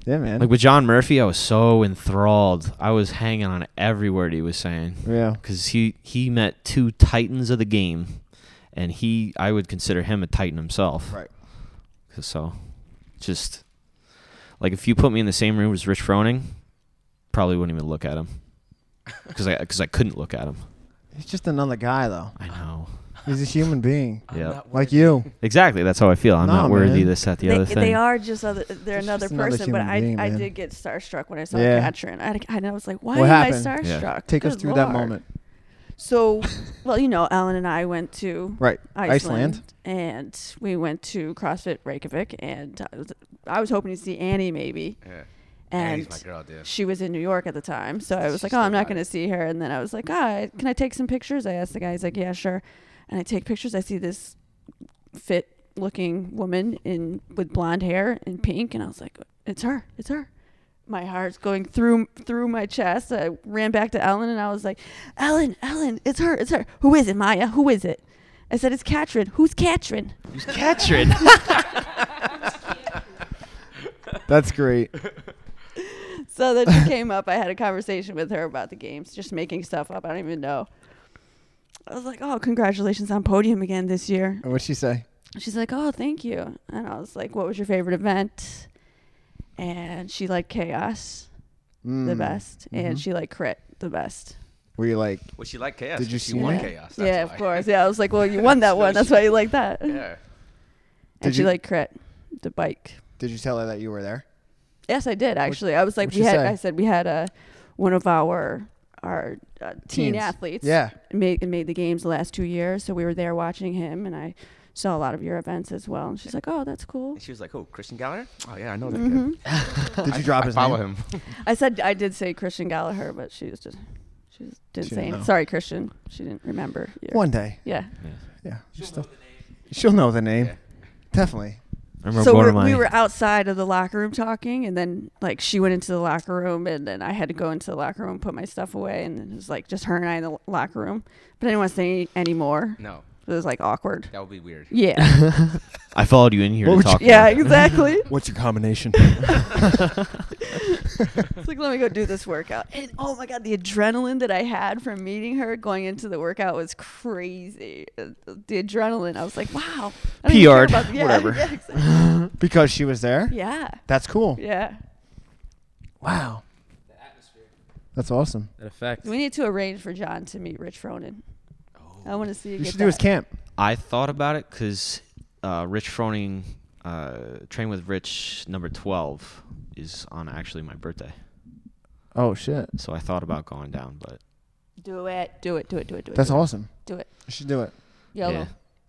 Speaker 1: Yeah, man.
Speaker 7: Like with John Murphy, I was so enthralled. I was hanging on every word he was saying
Speaker 1: yeah.
Speaker 7: because he he met two titans of the game, and he I would consider him a titan himself.
Speaker 1: Right.
Speaker 7: 'Cause So, just like if you put me in the same room as Rich Froning, probably wouldn't even look at him because I because I couldn't look at him.
Speaker 1: He's just another guy, though.
Speaker 7: I know.
Speaker 1: He's a human being,
Speaker 2: I'm
Speaker 7: Yeah.
Speaker 2: not
Speaker 1: like
Speaker 2: worthy.
Speaker 1: you.
Speaker 7: Exactly. That's how I feel. I'm
Speaker 1: Nah,
Speaker 7: not worthy.
Speaker 1: man.
Speaker 7: This, that, the
Speaker 4: they,
Speaker 7: other thing.
Speaker 4: they are just other. They're
Speaker 1: It's
Speaker 4: another
Speaker 1: just another
Speaker 4: person, but
Speaker 1: human
Speaker 4: I
Speaker 1: being,
Speaker 4: I
Speaker 1: man.
Speaker 4: did get starstruck when I saw
Speaker 1: Yeah.
Speaker 4: Katrin. I, and I was like, why
Speaker 1: What
Speaker 4: am
Speaker 1: happened?
Speaker 4: I
Speaker 7: Yeah.
Speaker 4: starstruck?
Speaker 1: Take us
Speaker 4: Good
Speaker 1: through that
Speaker 4: Lord.
Speaker 1: moment.
Speaker 4: So, well, you know, Alan and I went to
Speaker 1: Right.
Speaker 4: Iceland, and we went to CrossFit Reykjavik, and I was, I was hoping to see Annie maybe,
Speaker 2: Yeah.
Speaker 4: and
Speaker 2: Annie's my girl, dude.
Speaker 4: she was in New York at the time. So I was
Speaker 2: She
Speaker 4: like, oh, I'm
Speaker 2: still
Speaker 4: not
Speaker 2: got
Speaker 4: going to
Speaker 2: it.
Speaker 4: see her. And then I was like, ah, can I take some pictures? I asked the guy. He's like, yeah, sure. And I take pictures. I see this fit looking woman in with blonde hair and pink, and I was like, "It's her! It's her!" My heart's going through through my chest. I ran back to Ellen and I was like, "Ellen, Ellen, it's her! It's her! Who is it, Maya? Who is it?" I said, "It's Katrin. Who's Katrin?"
Speaker 7: Who's Katrin?
Speaker 1: That's great.
Speaker 4: So then she came up. I had a conversation with her about the games, just making stuff up. I don't even know. I was like, "Oh, congratulations on podium again this year."
Speaker 1: And what'd she say?
Speaker 4: She's like, "Oh, thank you." And I was like, "What was your favorite event?" And she liked chaos the
Speaker 1: Mm.
Speaker 4: best, and she liked crit the best.
Speaker 1: Were you like,
Speaker 2: Well, she liked chaos.
Speaker 1: Did you
Speaker 2: she
Speaker 1: see
Speaker 2: won
Speaker 1: that?
Speaker 2: chaos? that's
Speaker 4: yeah,
Speaker 2: why.
Speaker 4: of course. Yeah, I was like, "Well, you won that one. That's why you like that."
Speaker 2: yeah.
Speaker 1: Did
Speaker 4: And she
Speaker 1: you-
Speaker 4: liked crit the bike.
Speaker 1: did you tell her that you were there?
Speaker 4: Yes, I did actually. I was like,
Speaker 1: what'd she
Speaker 4: "We had."
Speaker 1: say?
Speaker 4: I said, "We had a one of our our uh, teen
Speaker 1: Teens.
Speaker 4: athletes."
Speaker 1: Yeah.
Speaker 4: made made the games the last two years, so we were there watching him, and I saw a lot of your events as well. And she's like, "Oh, that's cool."
Speaker 2: And she was like, "Who? Christian Gallagher? Oh yeah, I know that
Speaker 4: hmm
Speaker 2: kid.
Speaker 1: Did you
Speaker 2: I-
Speaker 1: drop
Speaker 2: I
Speaker 1: his
Speaker 2: follow
Speaker 1: name?
Speaker 2: him.
Speaker 4: I said I did say Christian Gallagher, but she was just she just didn't
Speaker 1: She
Speaker 4: say
Speaker 1: didn't
Speaker 4: anything.
Speaker 1: know.
Speaker 4: Sorry, Christian. She didn't remember. your-
Speaker 1: One day.
Speaker 4: Yeah.
Speaker 1: Yeah. She'll, know the, She'll know the name.
Speaker 2: Yeah.
Speaker 1: Definitely.
Speaker 7: I remember
Speaker 4: so
Speaker 7: one
Speaker 4: we're,
Speaker 7: of my.
Speaker 4: we were outside of the locker room talking, and then like she went into the locker room, and then I had to go into the locker room, put my stuff away, and then it was like just her and I in the lo- locker room. But I didn't want to say any, anymore.
Speaker 2: No,
Speaker 4: It was like awkward.
Speaker 2: that would be weird.
Speaker 4: Yeah.
Speaker 7: I followed you in here
Speaker 1: What
Speaker 7: to
Speaker 1: would you-
Speaker 7: talk. to
Speaker 4: yeah.
Speaker 7: you.
Speaker 4: Exactly.
Speaker 1: What's your combination?
Speaker 4: It's like, let me go do this workout. And oh my God, the adrenaline that I had from meeting her going into the workout was crazy. Uh, The adrenaline. I was like, wow. I don't even care
Speaker 7: PR'd,
Speaker 4: about- yeah,
Speaker 7: whatever.
Speaker 4: Yeah. exactly.
Speaker 1: because she was there?
Speaker 4: yeah.
Speaker 1: That's cool.
Speaker 4: Yeah.
Speaker 1: Wow. That's awesome.
Speaker 5: That effect.
Speaker 4: We need to arrange for John to meet Rich Fronin. I want to see you.
Speaker 1: You
Speaker 4: get
Speaker 1: should do his
Speaker 4: that.
Speaker 1: camp.
Speaker 7: I thought about it because uh, Rich Froning, uh, train with Rich number twelve, is on actually my birthday.
Speaker 1: Oh, shit.
Speaker 7: So I thought about going down, but
Speaker 4: Do it. Do it. Do it. Do it. Do it.
Speaker 1: That's
Speaker 4: do it.
Speaker 1: awesome.
Speaker 4: Do it.
Speaker 1: You should do it.
Speaker 4: Yellow.
Speaker 7: yeah.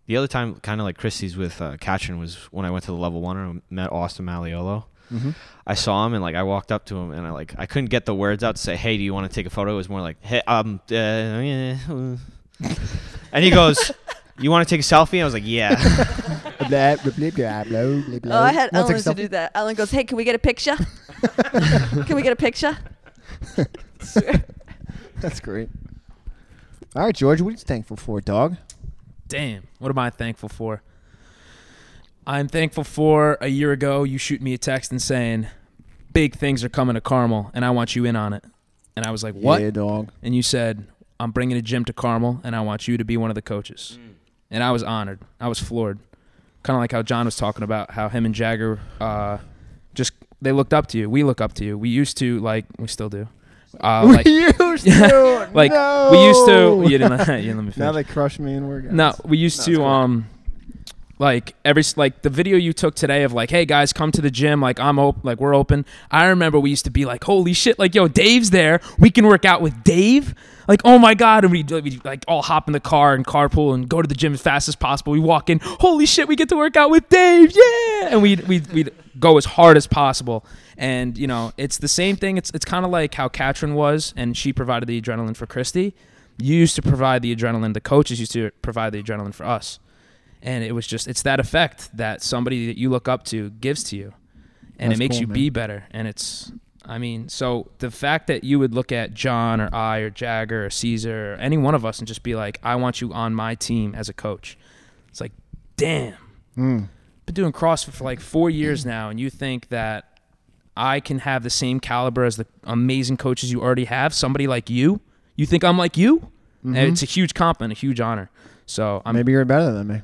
Speaker 7: The other time, kind of like Christie's with uh, Katrin, was when I went to the level one and met Austin Maliolo.
Speaker 1: Mm-hmm.
Speaker 7: I saw him and like I walked up to him and I like I couldn't get the words out to say, "Hey, do you want to take a photo?" It was more like, "Hey, um," uh, eh, uh." and he goes, "You want to take a selfie?" I was like, "Yeah."
Speaker 1: blah, blah, blah, blah, blah, blah, blah.
Speaker 4: Oh, I had
Speaker 1: Wanna take
Speaker 4: Ellen
Speaker 1: a
Speaker 4: to
Speaker 1: selfie?
Speaker 4: do that. Ellen goes, "Hey, can we get a picture? can we get a picture?"
Speaker 1: That's great. All right, George, what are you thankful for, dog?
Speaker 5: Damn. What am I thankful for? I'm thankful for a year ago you shoot me a text and saying, big things are coming to Carmel and I want you in on it. And I was like, what?
Speaker 1: Yeah, dog.
Speaker 5: And you said, I'm bringing a gym to Carmel and I want you to be one of the coaches.
Speaker 1: Mm.
Speaker 5: And I was honored. I was floored. Kind of like how John was talking about how him and Jagger uh, just, they looked up to you. We look up to you. We used to, like, we still do. Uh, like,
Speaker 1: used to.
Speaker 5: like
Speaker 1: no.
Speaker 5: we used to. You didn't, let- you didn't let me finish.
Speaker 1: Now they crush me and we're guys.
Speaker 5: No, we used
Speaker 1: No, it's
Speaker 5: to
Speaker 1: cool.
Speaker 5: um like every s- like the video you took today of like hey guys come to the gym like I'm open like we're open. I remember we used to be like holy shit like yo Dave's there. We can work out with Dave. Like oh my god and we we like all hop in the car and carpool and go to the gym as fast as possible. We walk in holy shit we get to work out with Dave. Yeah. And we we we go as hard as possible. And you know, it's the same thing. It's it's kind of like how Katrin was and she provided the adrenaline for Christy you used to provide the adrenaline the coaches used to provide the adrenaline for us and it was just it's that effect that somebody that you look up to gives to you and
Speaker 1: That's
Speaker 5: it makes
Speaker 1: cool,
Speaker 5: you
Speaker 1: man.
Speaker 5: be better and it's i mean so the fact that you would look at john or i or jagger or caesar or any one of us and just be like i want you on my team as a coach it's like damn
Speaker 1: Mm.
Speaker 5: been doing CrossFit for like four years now, and you think that I can have the same caliber as the amazing coaches you already have, somebody like you, you think I'm like you?
Speaker 1: Mm-hmm.
Speaker 5: And it's a huge compliment, a huge honor. So I'm,
Speaker 1: Maybe you're better than me.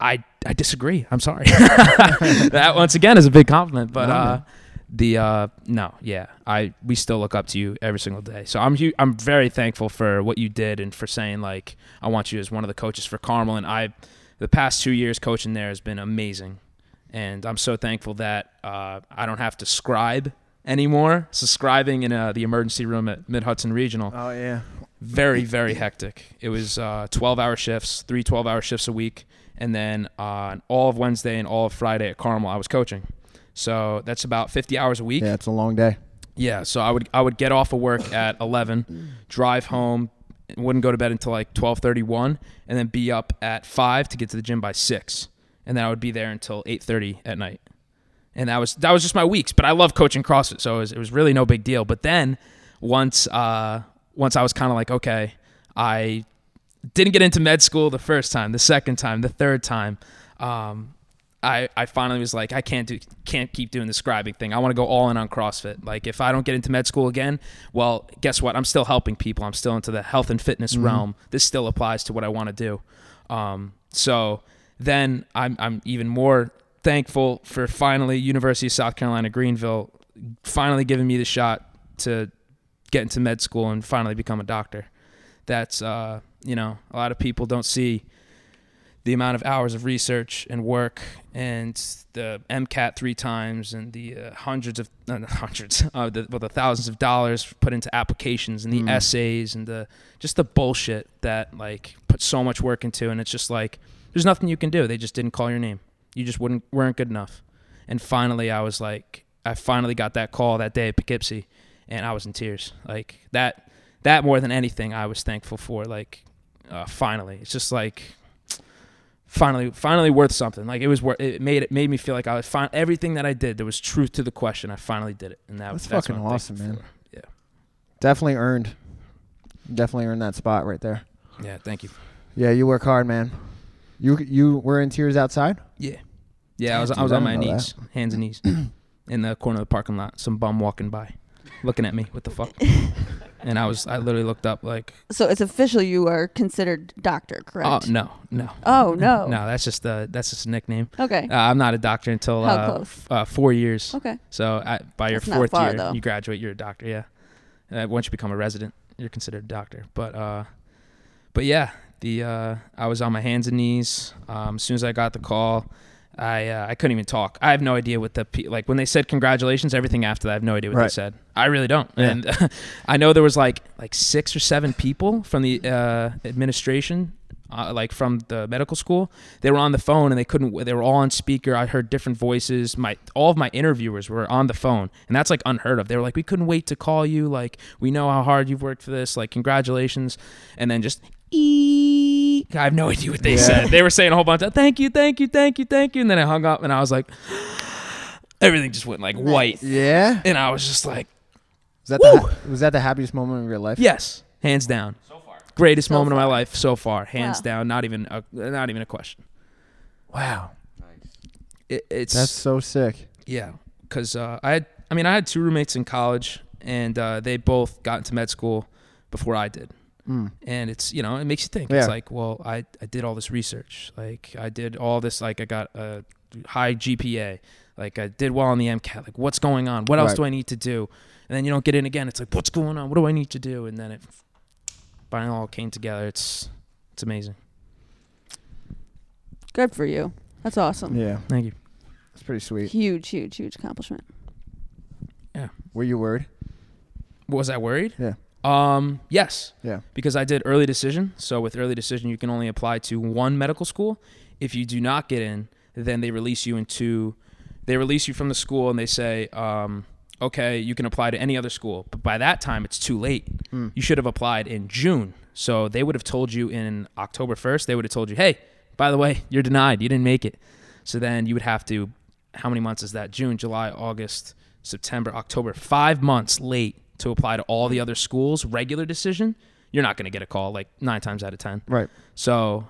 Speaker 5: I I disagree. I'm sorry. that once again is a big compliment, but
Speaker 1: No,
Speaker 5: uh,
Speaker 1: man.
Speaker 5: the uh, no, yeah, I we still look up to you every single day. So I'm hu- I'm very thankful for what you did and for saying like I want you as one of the coaches for Carmel, and I the past two years coaching there has been amazing, and I'm so thankful that uh, I don't have to scribe anymore. Subscribing in uh, the emergency room at Mid Hudson Regional
Speaker 1: Oh yeah.
Speaker 5: very very hectic it was uh, 12 hour shifts three 12 hour shifts a week and then on all of wednesday and all of friday at carmel i was coaching so that's about 50 hours a week
Speaker 1: Yeah, it's a long day.
Speaker 5: yeah, so I would I would get off of work at 11, drive home, wouldn't go to bed until like 12:31 and then be up at 5 to get to the gym by 6 and then I would be there until 8:30 at night. And that was that was just my weeks, but I love coaching CrossFit, so it was, it was really no big deal. But then once uh once I was kind of like okay, I didn't get into med school the first time, the second time, the third time. Um I, I finally was like I can't do can't keep doing the scribing thing. I want to go all in on CrossFit. Like if I don't get into med school again, well, guess what? I'm still helping people. I'm still into the health and fitness realm. This still applies to what I want to do. Um, so then I'm I'm even more thankful for finally University of South Carolina Greenville finally giving me the shot to get into med school and finally become a doctor. That's uh, you know a lot of people don't see the amount of hours of research and work and the MCAT three times and the uh, hundreds of uh, not hundreds uh, the, well the thousands of dollars put into applications and the essays and the just the bullshit that like put so much work into and it's just like there's nothing you can do they just didn't call your name you just wouldn't weren't good enough and finally I was like I finally got that call that day at Poughkeepsie and I was in tears like that that more than anything I was thankful for like uh, finally it's just like finally finally worth something like it was worth it made it made me feel like i found everything that i did there was truth to the question i finally did it and that
Speaker 1: That's
Speaker 5: was that's
Speaker 1: fucking
Speaker 5: what I'm
Speaker 1: awesome,
Speaker 5: thankful
Speaker 1: man.
Speaker 5: for.
Speaker 1: Definitely earned. Definitely earned that spot right there.
Speaker 5: yeah yeah thank you
Speaker 1: Yeah, you work hard, man. You you were in tears outside.
Speaker 5: yeah yeah i was,
Speaker 1: Damn,
Speaker 5: I was
Speaker 1: dude, I
Speaker 5: on my
Speaker 1: didn't know
Speaker 5: knees hands and knees in the corner of the parking lot some bum walking by looking at me what the fuck and i was i literally looked up like
Speaker 4: So it's official. You are considered doctor, correct?
Speaker 5: oh no no
Speaker 4: Oh, no.
Speaker 5: no that's just uh that's just a nickname
Speaker 4: Okay.
Speaker 5: uh, i'm not a doctor until
Speaker 4: How
Speaker 5: uh,
Speaker 4: close?
Speaker 5: f- uh four years
Speaker 4: okay.
Speaker 5: So I, by your
Speaker 4: That's not
Speaker 5: fourth
Speaker 4: far,
Speaker 5: year,
Speaker 4: though.
Speaker 5: you graduate. You're a doctor. Yeah. Uh, once you become a resident, you're considered a doctor. But uh, but yeah, the uh, I was on my hands and knees. Um, as soon as I got the call, I uh, I couldn't even talk. I have no idea what the pe- like when they said congratulations. Everything after that, I have no idea what they
Speaker 1: Right.
Speaker 5: said. I really don't. And I know there was like like six or seven people from the uh, administration. Uh, like from the medical school, they were on the phone and they couldn't. They were all on speaker. I heard different voices. My all of my interviewers were on the phone, and that's like unheard of. They were like, "We couldn't wait to call you. Like, we know how hard you've worked for this. Like, congratulations!" And then just eek. I have no idea what they said. They were saying a whole bunch of "Thank you, thank you, thank you, thank you," and then I hung up, and I was like, everything just went like white,
Speaker 1: Yeah.
Speaker 5: and I was just like.
Speaker 1: Was that
Speaker 5: Woo!
Speaker 1: the ha- was that the happiest moment of your life?
Speaker 5: Yes, hands down. So far, greatest
Speaker 4: So
Speaker 5: moment of my
Speaker 4: far.
Speaker 5: life so far, hands
Speaker 4: Wow.
Speaker 5: down. Not even a not even a question.
Speaker 1: Wow.
Speaker 5: It, it's
Speaker 1: That's so sick.
Speaker 5: yeah, because uh, I had I mean I had two roommates in college, and uh, they both got into med school before I did.
Speaker 1: Mm.
Speaker 5: and it's you know it makes you think
Speaker 1: Yeah.
Speaker 5: it's like well I, I did all this research like i did all this like i got a high gpa like i did well on the mcat like what's going on what else
Speaker 1: Right.
Speaker 5: do i need to do and then you don't get in again it's like what's going on what do i need to do and then it finally all came together it's it's amazing
Speaker 4: Good for you. That's awesome.
Speaker 1: Yeah,
Speaker 5: thank you
Speaker 1: that's pretty sweet.
Speaker 4: Huge, huge, huge accomplishment.
Speaker 1: Were you worried?
Speaker 5: was i worried
Speaker 1: Yeah.
Speaker 5: um yes
Speaker 1: Yeah.
Speaker 5: because I did early decision. So with early decision, you can only apply to one medical school. If you do not get in, then they release you into, they release you from the school and they say, um, okay, you can apply to any other school. But by that time, it's too late.
Speaker 1: Hmm.
Speaker 5: You should have applied in June. So they would have told you in October 1st. They would have told you, hey, by the way, you're denied. You didn't make it. So then you would have to, how many months is that? June, July, August, September, October. Five months late to apply to all the other schools. Regular decision, you're not going to get a call like nine times out of ten.
Speaker 1: Right.
Speaker 5: So,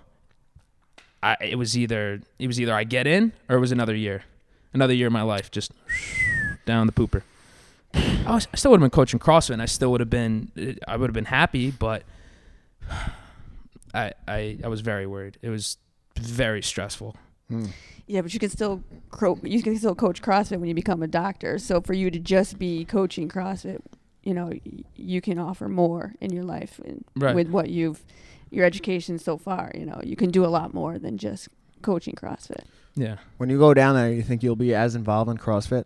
Speaker 5: I it was either it was either I get in or it was another year, another year of my life just down the pooper. I, was, I still would have been coaching CrossFit. And I still would have been I would have been happy, but I I I was very worried. It was very stressful.
Speaker 1: Mm.
Speaker 4: Yeah, but you can still cro- you can still coach CrossFit when you become a doctor. So for you to just be coaching CrossFit, you know, y- you can offer more in your life and
Speaker 5: Right.
Speaker 4: with what you've your education so far. You know, you can do a lot more than just coaching CrossFit.
Speaker 5: Yeah.
Speaker 1: When you go down there, you think you'll be as involved in CrossFit?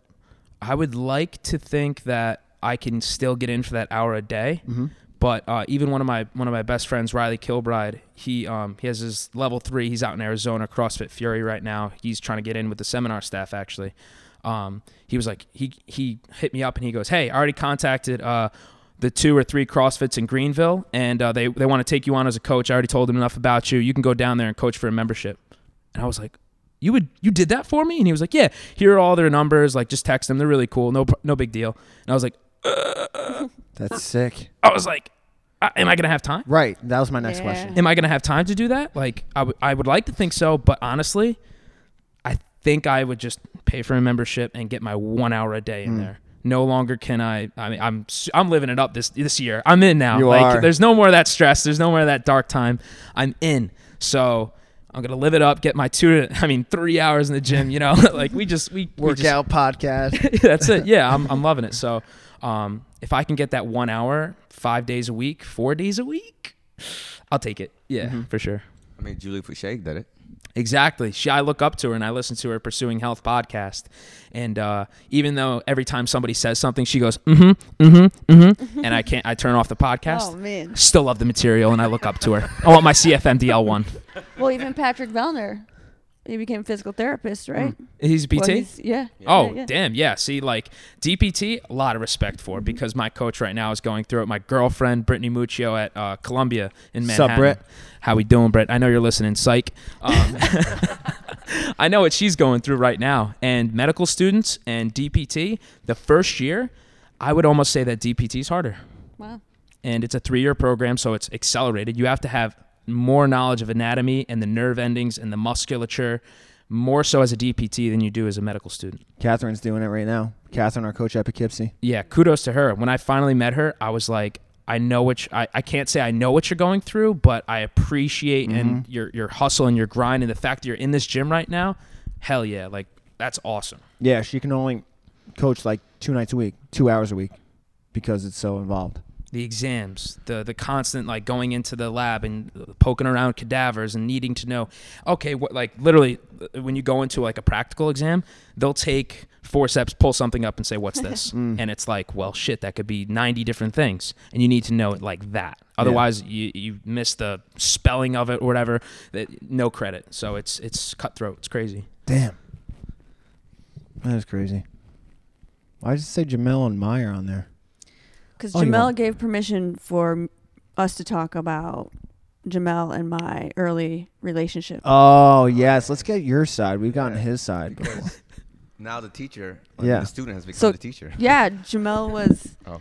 Speaker 5: I would like to think that I can still get in for that hour a day.
Speaker 1: Mhm.
Speaker 5: But uh, even one of my one of my best friends, Riley Kilbride, he um, he has his level three. He's out in Arizona, CrossFit Fury right now. He's trying to get in with the seminar staff actually. Um, he was like he he hit me up and he goes, hey, I already contacted uh, the two or three CrossFits in Greenville, and uh, they they want to take you on as a coach. I already told them enough about you. You can go down there and coach for a membership. And I was like, you would you did that for me? And he was like, yeah. Here are all their numbers. Like just text them. They're really cool. No pr- no big deal. And I was like,
Speaker 1: That's sick.
Speaker 5: I was like, I, am I gonna have time?
Speaker 1: Right. That was my next
Speaker 4: Yeah.
Speaker 1: question.
Speaker 5: Am I gonna have time to do that? Like I would I would like to think so, but honestly, I think I would just pay for a membership and get my one hour a
Speaker 1: Hmm.
Speaker 5: day in there. No longer can I. I mean, I'm s- I'm living it up this this year. I'm in now.
Speaker 1: You
Speaker 5: like
Speaker 1: are.
Speaker 5: there's no more of that stress. There's no more of that dark time. I'm in. So. I'm gonna live it up, get my two, I mean, three hours in the gym. You know, like we just we we just-
Speaker 1: Workout podcast.
Speaker 5: that's it. Yeah, I'm, I'm loving it. So, um, if I can get that one hour, five days a week, four days a week, I'll take it. Yeah,
Speaker 4: Mm-hmm.
Speaker 5: for sure.
Speaker 2: I mean, Julie Fouché did it.
Speaker 5: Exactly. She, I look up to her and I listen to her Pursuing Health podcast. And uh, even though every time somebody says something, she goes, mm hmm, mm hmm, mm hmm. And I can't, I turn off the podcast.
Speaker 4: Mm-hmm. Oh man.
Speaker 5: Still love the material and I look up to her. I want my CFMDL one.
Speaker 4: Well, even Patrick Vellner, he became a physical therapist, right?
Speaker 5: He's a PT?
Speaker 4: Well, he's- yeah.
Speaker 5: Oh,
Speaker 4: yeah, Mm-hmm. yeah.
Speaker 5: damn. Yeah. See, like DPT, a lot of respect for because my coach right now is going through it. My girlfriend, Brittany Muccio at uh, Columbia in
Speaker 1: Sup,
Speaker 5: Manhattan.
Speaker 1: Britt?
Speaker 5: How we doing, Brett? I know you're listening, psych. Um, I know what she's going through right now. And medical students and DPT, the first year, I would almost say that DPT is harder
Speaker 4: Wow.
Speaker 5: and it's a three-year program, so it's accelerated. You have to have more knowledge of anatomy and the nerve endings and the musculature, more so as a DPT than you do as a medical student.
Speaker 1: Catherine's doing it right now. Catherine, our coach at Poughkeepsie.
Speaker 5: Yeah, kudos to her. When I finally met her, I was like, I know what you- I, I can't say I know what you're going through, but I appreciate and your your hustle and your grind and the fact that you're in this gym right now. Hell yeah, like that's awesome.
Speaker 1: Yeah, she can only coach like two nights a week, two hours a week, because it's so involved.
Speaker 5: the exams, the the constant like going into the lab and uh, poking around cadavers and needing to know, okay, what like literally uh, when you go into like a practical exam, they'll take forceps, pull something up, and say, "What's this?" And it's like, well, shit, that could be ninety different things, and you need to know it like that. Otherwise, you you miss the spelling of it or whatever. That no credit, so it's it's cutthroat. It's crazy.
Speaker 1: Damn. That is crazy. Why did it say Jamel and Meyer on there?
Speaker 4: Because
Speaker 1: Oh, you
Speaker 4: Jamel
Speaker 1: want-
Speaker 4: gave permission for m- us to talk about Jamel and my early relationship.
Speaker 1: Oh yes, let's get your side. We've gotten his side before.
Speaker 2: Now the teacher,
Speaker 1: Yeah.
Speaker 2: the student has become
Speaker 4: So-
Speaker 2: the teacher.
Speaker 4: yeah, Jamel was.
Speaker 2: Oh.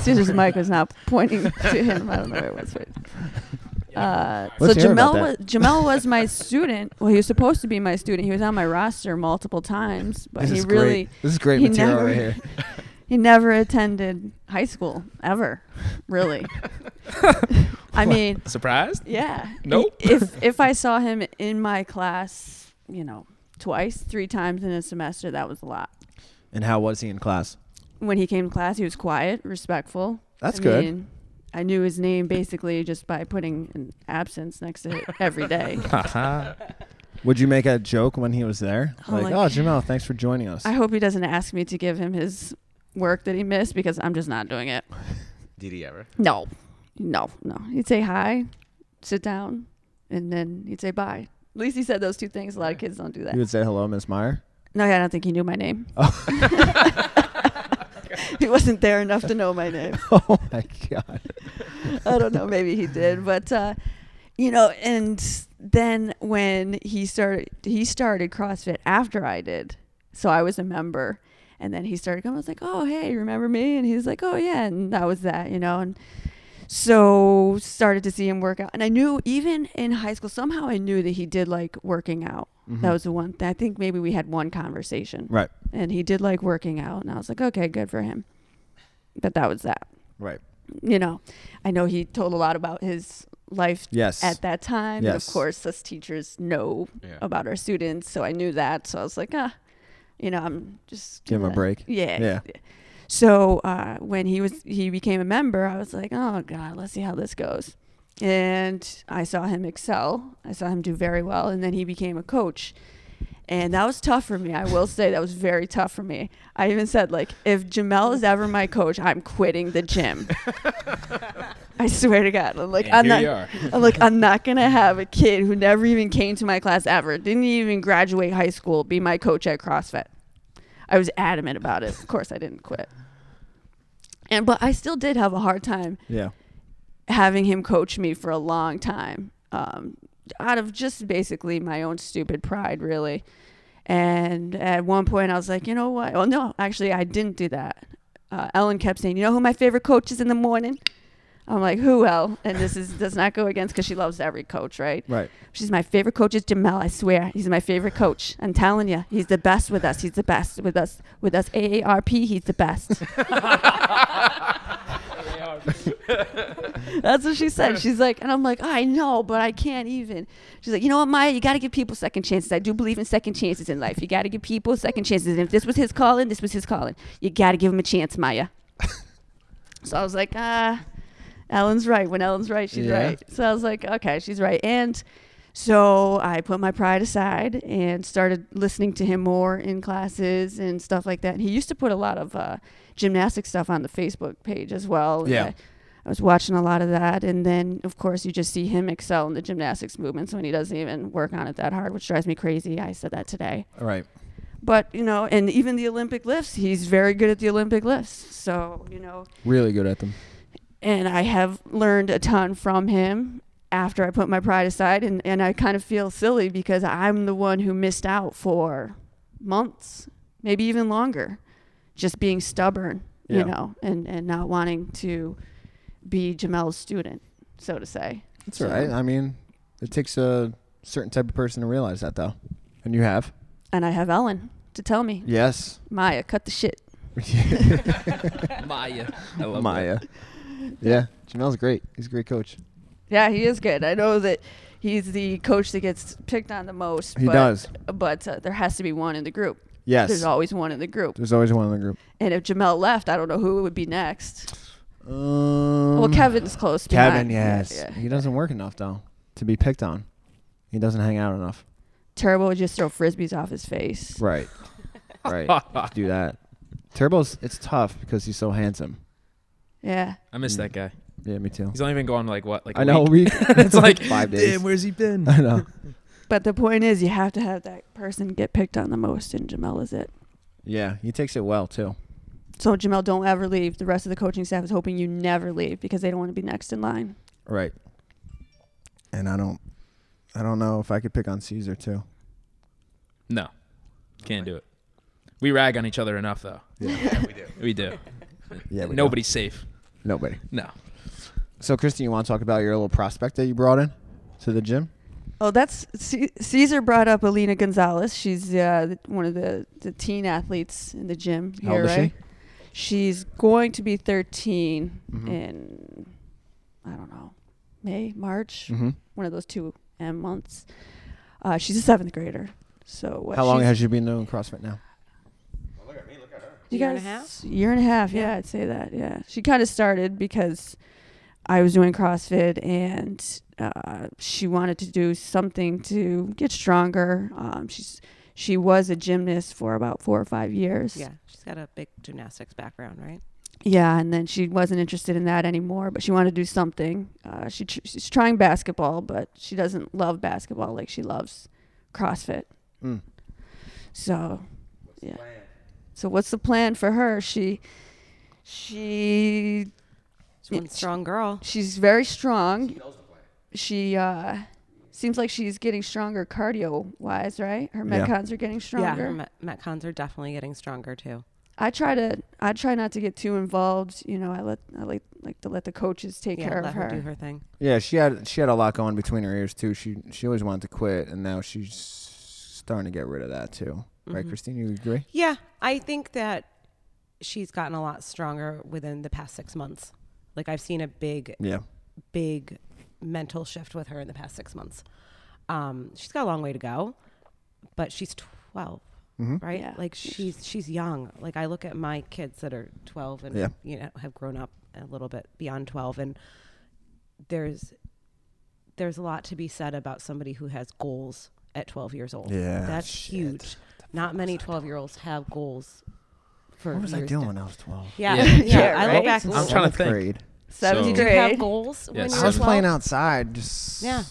Speaker 4: Caesar's mic was not pointing to him. I don't know where it was. But, uh, so
Speaker 1: Let's hear about
Speaker 4: Jamel was
Speaker 1: that.
Speaker 4: Jamel was my student. Well, he was supposed to be my student. He was on my roster multiple times, but
Speaker 1: this
Speaker 4: he
Speaker 1: is
Speaker 4: really
Speaker 1: great. This is great
Speaker 4: he
Speaker 1: material
Speaker 4: never-
Speaker 1: right here.
Speaker 4: He never attended high school ever, really. I mean,
Speaker 5: Surprised?
Speaker 4: yeah.
Speaker 5: Nope.
Speaker 4: If if I saw him in my class, you know, twice, three times in a semester, that was a lot.
Speaker 1: And how was he in class?
Speaker 4: When he came to class, he was quiet, respectful.
Speaker 1: That's
Speaker 4: I
Speaker 1: good.
Speaker 4: mean, I knew his name basically just by putting an absence next to it every day.
Speaker 1: Would you make a joke when he was there?
Speaker 4: Oh,
Speaker 1: like,
Speaker 4: like-
Speaker 1: oh Jamel, thanks for joining us.
Speaker 4: I hope he doesn't ask me to give him his work that he missed because I'm just not doing it.
Speaker 2: Did he ever?
Speaker 4: No, no, no. He'd say hi, sit down, and then he'd say bye. At least he said those two things. A lot of kids don't do that.
Speaker 1: you would say hello, Miss Meyer.
Speaker 4: No, yeah, I don't think he knew my name. he wasn't there enough to know my name.
Speaker 1: Oh my god.
Speaker 4: I don't know. Maybe he did, but uh, you know. And then when he started, he started CrossFit after I did, so I was a member. And then he started coming. I was like, "Oh, hey, remember me?" And he's like, "Oh, yeah." And that was that, you know. And so started to see him work out, and I knew even in high school somehow I knew that he did like working out. That was the one. Th- I think maybe we had one conversation,
Speaker 1: Right.
Speaker 4: and he did like working out, and I was like, "Okay, good for him." But that was that
Speaker 1: Right.
Speaker 4: you know, I know he told a lot about his life
Speaker 1: Yes.
Speaker 4: at that time. And of
Speaker 1: Yes.
Speaker 4: course, us teachers know
Speaker 2: Yeah.
Speaker 4: about our students. So I knew that. So I was like, ah, you know, I'm just
Speaker 1: Give him a
Speaker 4: gonna-
Speaker 1: break.
Speaker 4: Yeah.
Speaker 1: Yeah.
Speaker 4: So uh, when he was he became a member, I was like, oh god, let's see how this goes. And I saw him excel. I saw him do very well, and then he became a coach. And that was tough for me. I will say that was very tough for me. I even said like, if Jamel is ever my coach, I'm quitting the gym. I swear to God, I'm like, I'm
Speaker 5: here
Speaker 4: not.
Speaker 5: you are.
Speaker 4: I'm like, I'm not gonna have a kid who never even came to my class ever, didn't even graduate high school, be my coach at CrossFit. I was adamant about it. Of course, I didn't quit. And but I still did have a hard time
Speaker 1: Yeah.
Speaker 4: having him coach me for a long time um, out of just basically my own stupid pride really and at one point i was like you know what well no actually i didn't do that uh, ellen kept saying you know who my favorite coach is in the morning i'm like who el and this is does not go against because she loves every coach right
Speaker 1: Right.
Speaker 4: she's my favorite coach is jamel i swear he's my favorite coach i'm telling you he's the best with us he's the best with us with us aarp he's the best That's what she said. She's like, and I'm like, "Oh, I know, but I can't even. She's like, you know what, Maya, you got to give people second chances. I do believe in second chances in life. You got to give people second chances. And if this was his calling, this was his calling. You got to give him a chance, Maya. so I was like, ah, Ellen's right. When Ellen's right, she's
Speaker 1: Yeah.
Speaker 4: right. So I was like, okay, she's right. And so I put my pride aside and started listening to him more in classes and stuff like that. And he used to put a lot of uh, gymnastic stuff on the Facebook page as well.
Speaker 1: Yeah.
Speaker 4: I, I was watching a lot of that. And then, of course, you just see him excel in the gymnastics movements when he doesn't even work on it that hard, which drives me crazy. I said that today.
Speaker 1: All right.
Speaker 4: But, you know, and even the Olympic lifts, he's very good at the Olympic lifts. So, you know,
Speaker 1: Really good at them.
Speaker 4: and I have learned a ton from him after I put my pride aside and, and I kind of feel silly because I'm the one who missed out for months, maybe even longer, just being stubborn,
Speaker 1: Yeah.
Speaker 4: you know, and, and not wanting to be Jamel's student, so to say.
Speaker 1: That's
Speaker 4: So-
Speaker 1: all right. I mean, it takes a certain type of person to realize that, though. And you have.
Speaker 4: And I have Ellen to tell me,
Speaker 1: Yes.
Speaker 4: Maya, cut the shit.
Speaker 5: Maya. I love
Speaker 1: Maya. Yeah. Jamel's great. He's a great coach.
Speaker 4: Yeah, he is good. I know that he's the coach that gets picked on the most.
Speaker 1: He
Speaker 4: but,
Speaker 1: does.
Speaker 4: But uh, there has to be one in the group.
Speaker 1: Yes.
Speaker 4: There's always one in the group.
Speaker 1: There's always one in the group.
Speaker 4: And if Jamel left, I don't know who would be next.
Speaker 1: Um,
Speaker 4: well, Kevin's close.
Speaker 1: Kevin,
Speaker 4: behind.
Speaker 1: yes.
Speaker 4: Yeah, yeah.
Speaker 1: He doesn't work enough, though, to be picked on. He doesn't hang out enough.
Speaker 4: Turbo would just throw frisbees off his face.
Speaker 1: Right. right. To do that. Turbo's, it's tough because he's so handsome.
Speaker 4: Yeah.
Speaker 5: I miss that guy.
Speaker 1: Yeah, me too.
Speaker 5: He's only been gone like what? Like a
Speaker 1: I know.
Speaker 5: week?
Speaker 1: We,
Speaker 5: it's like
Speaker 1: five days.
Speaker 5: Damn, where's he been?
Speaker 1: I know.
Speaker 4: But the point is, you have to have that person get picked on the most, and Jamel is it.
Speaker 1: Yeah, he takes it well, too.
Speaker 4: So, Jamel, don't ever leave. The rest of the coaching staff is hoping you never leave because they don't want to be next in line.
Speaker 1: Right. And I don't I don't know if I could pick on Caesar too.
Speaker 5: No, can't do it. We rag on each other enough though.
Speaker 2: Yeah, we do.
Speaker 5: We do.
Speaker 1: Yeah, we
Speaker 5: Nobody's safe.
Speaker 1: don't. Nobody.
Speaker 5: No.
Speaker 1: So Christy, you want to talk about your little prospect that you brought in to the gym?
Speaker 4: Oh, that's C- Caesar brought up Alina Gonzalez. She's uh, th- one of the, the teen athletes in the gym here,
Speaker 1: How old is she?
Speaker 4: right? She's going to be 13
Speaker 1: Mhm.
Speaker 3: Eh,
Speaker 4: in I don't know May, March,
Speaker 1: Mm-hmm.
Speaker 4: one of those two M months. Uh, she's a seventh grader. So what
Speaker 1: How long
Speaker 4: she's-
Speaker 1: has she been doing CrossFit now?
Speaker 4: you
Speaker 8: Year and
Speaker 4: guys,
Speaker 8: a half?
Speaker 4: Year and a half, yeah, I'd say that. Yeah, she kind of started because I was doing CrossFit and uh, she wanted to do something to get stronger. Um, she's she was a gymnast for about four or five years.
Speaker 3: Yeah, she's got a big gymnastics background, right?
Speaker 4: Yeah, and then she wasn't interested in that anymore, but she wanted to do something. Uh, she tr- she's trying basketball, but she doesn't love basketball like she loves CrossFit.
Speaker 1: Mm.
Speaker 4: So, yeah. So what's the plan for her? She she
Speaker 3: She's one
Speaker 4: Yeah, she-
Speaker 3: strong girl.
Speaker 4: she's very strong. She uh seems like she's getting stronger cardio wise, right? Her
Speaker 1: Yeah.
Speaker 4: metcons are getting
Speaker 3: Yeah,
Speaker 4: stronger.
Speaker 3: her met- metcons are definitely getting stronger too.
Speaker 4: I try to I try not to get too involved, you know, I let I like like to let the coaches take
Speaker 3: yeah,
Speaker 4: care
Speaker 3: let
Speaker 4: of
Speaker 3: do her thing.
Speaker 1: Yeah, she had she had a lot going between her ears too. She she always wanted to quit and now she's starting to get rid of that too.
Speaker 3: Mm-hmm.
Speaker 1: Right, Christine, you agree?
Speaker 3: Yeah, I think that she's gotten a lot stronger within the past six months. Like I've seen a big,
Speaker 1: Yeah.
Speaker 3: big mental shift with her in the past six months. Um, she's got a long way to go, but she's 12
Speaker 1: Mm-hmm.
Speaker 3: right?
Speaker 4: Yeah.
Speaker 3: Like she's she's young. Like I look at my kids that are twelve and
Speaker 1: Yeah.
Speaker 3: you know have grown up a little bit beyond twelve, and there's there's a lot to be said about somebody who has goals at twelve years old.
Speaker 1: Yeah,
Speaker 3: that's
Speaker 1: Oh, shit.
Speaker 3: huge. Not many twelve year olds have goals. For
Speaker 1: What was I
Speaker 3: years
Speaker 1: doing
Speaker 3: down-
Speaker 1: when I was 12?
Speaker 3: Yeah, yeah.
Speaker 5: Yeah.
Speaker 4: Yeah,
Speaker 3: I
Speaker 4: right?
Speaker 3: look back.
Speaker 5: I'm
Speaker 3: and-
Speaker 5: trying
Speaker 1: Seventh
Speaker 5: to think.
Speaker 1: grade.
Speaker 4: Seventh
Speaker 5: So-
Speaker 3: Did you have
Speaker 4: grade.
Speaker 3: goals
Speaker 5: Yeah,
Speaker 3: when you
Speaker 1: I
Speaker 3: were
Speaker 1: was
Speaker 3: 12?
Speaker 1: playing outside just
Speaker 3: Yeah.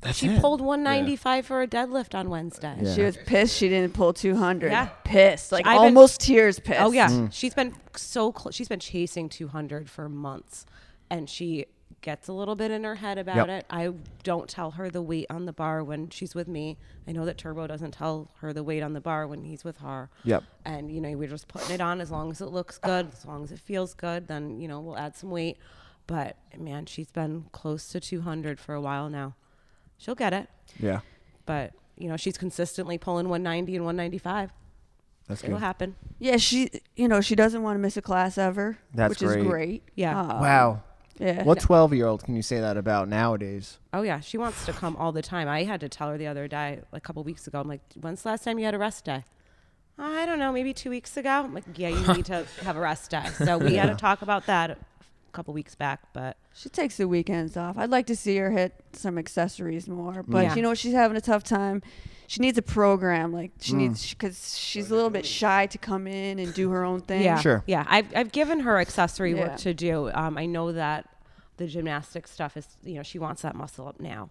Speaker 1: That's
Speaker 3: she
Speaker 1: it.
Speaker 3: pulled 195 for a deadlift on Wednesday.
Speaker 1: Yeah.
Speaker 4: She was pissed she didn't pull 200.
Speaker 3: Yeah.
Speaker 4: Pissed. Like
Speaker 3: I've been-
Speaker 4: almost tears pissed.
Speaker 3: Oh yeah, she's been so close. She's been chasing 200 for months, and she gets a little bit in her head
Speaker 1: Yep.
Speaker 3: about it. I don't tell her the weight on the bar when she's with me. I know that Turbo doesn't tell her the weight on the bar when he's with her.
Speaker 1: Yep.
Speaker 3: And you know we're just putting it on as long as it looks good, as long as it feels good. Then you know we'll add some weight. But man, she's been close to 200 for a while now. She'll get it,
Speaker 1: Yeah.
Speaker 3: but you know she's consistently pulling 190 and 195.
Speaker 1: That's
Speaker 3: It'll
Speaker 1: good.
Speaker 3: happen.
Speaker 4: Yeah, she you know, she doesn't want to miss a class ever.
Speaker 1: That's
Speaker 4: which
Speaker 1: great.
Speaker 4: is great.
Speaker 3: Yeah.
Speaker 4: Um,
Speaker 1: Wow.
Speaker 4: Yeah.
Speaker 1: What 12 year old can you say that about nowadays?
Speaker 3: Oh yeah, she wants to come all the time. I had to tell her the other day, a couple weeks ago. I'm like, when's the last time you had a rest day? I don't know, maybe two weeks ago. I'm like, yeah, you need to have a rest day. So we had to talk about that a couple weeks back, but
Speaker 4: She takes the weekends off. I'd like to see her hit some accessories more, but
Speaker 3: Yeah.
Speaker 4: you know she's having a tough time. She needs a program. Like
Speaker 1: Hmm.
Speaker 4: she needs because she's a little bit shy to come in and do her own thing.
Speaker 3: yeah,
Speaker 1: Sure.
Speaker 3: yeah. I've I've given her accessory
Speaker 4: Yeah.
Speaker 3: work to do. Um, I know that the gymnastic stuff is, you know, she wants that muscle up now,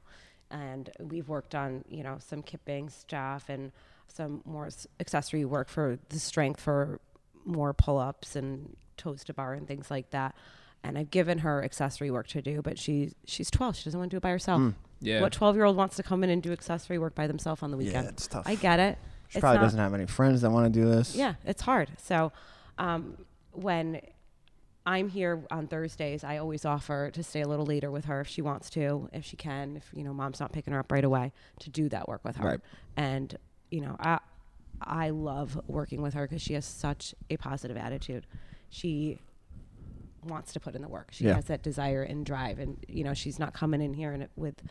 Speaker 3: and we've worked on, you know, some kipping stuff and some more s- accessory work for the strength for more pull-ups and toes to bar and things like that. And I've given her accessory work to do, but she's she's 12. She doesn't want to do it by herself.
Speaker 1: Hmm.
Speaker 5: Yeah.
Speaker 3: What 12 year old wants to come in and do accessory work by themselves on the weekend?
Speaker 1: it's tough.
Speaker 3: I get it.
Speaker 1: She
Speaker 3: It's
Speaker 1: probably
Speaker 3: not-
Speaker 1: doesn't have any friends that want to do this.
Speaker 3: yeah, it's hard. So um, when I'm here on Thursdays, I always offer to stay a little later with her if she wants to, if she can, if you know mom's not picking her up right away, to do that work with her.
Speaker 1: Right.
Speaker 3: And you know, I I love working with her because she has such a positive attitude. She wants to put in the work. She
Speaker 1: Yeah.
Speaker 3: has that desire and drive, and you know, she's not coming in here and it- with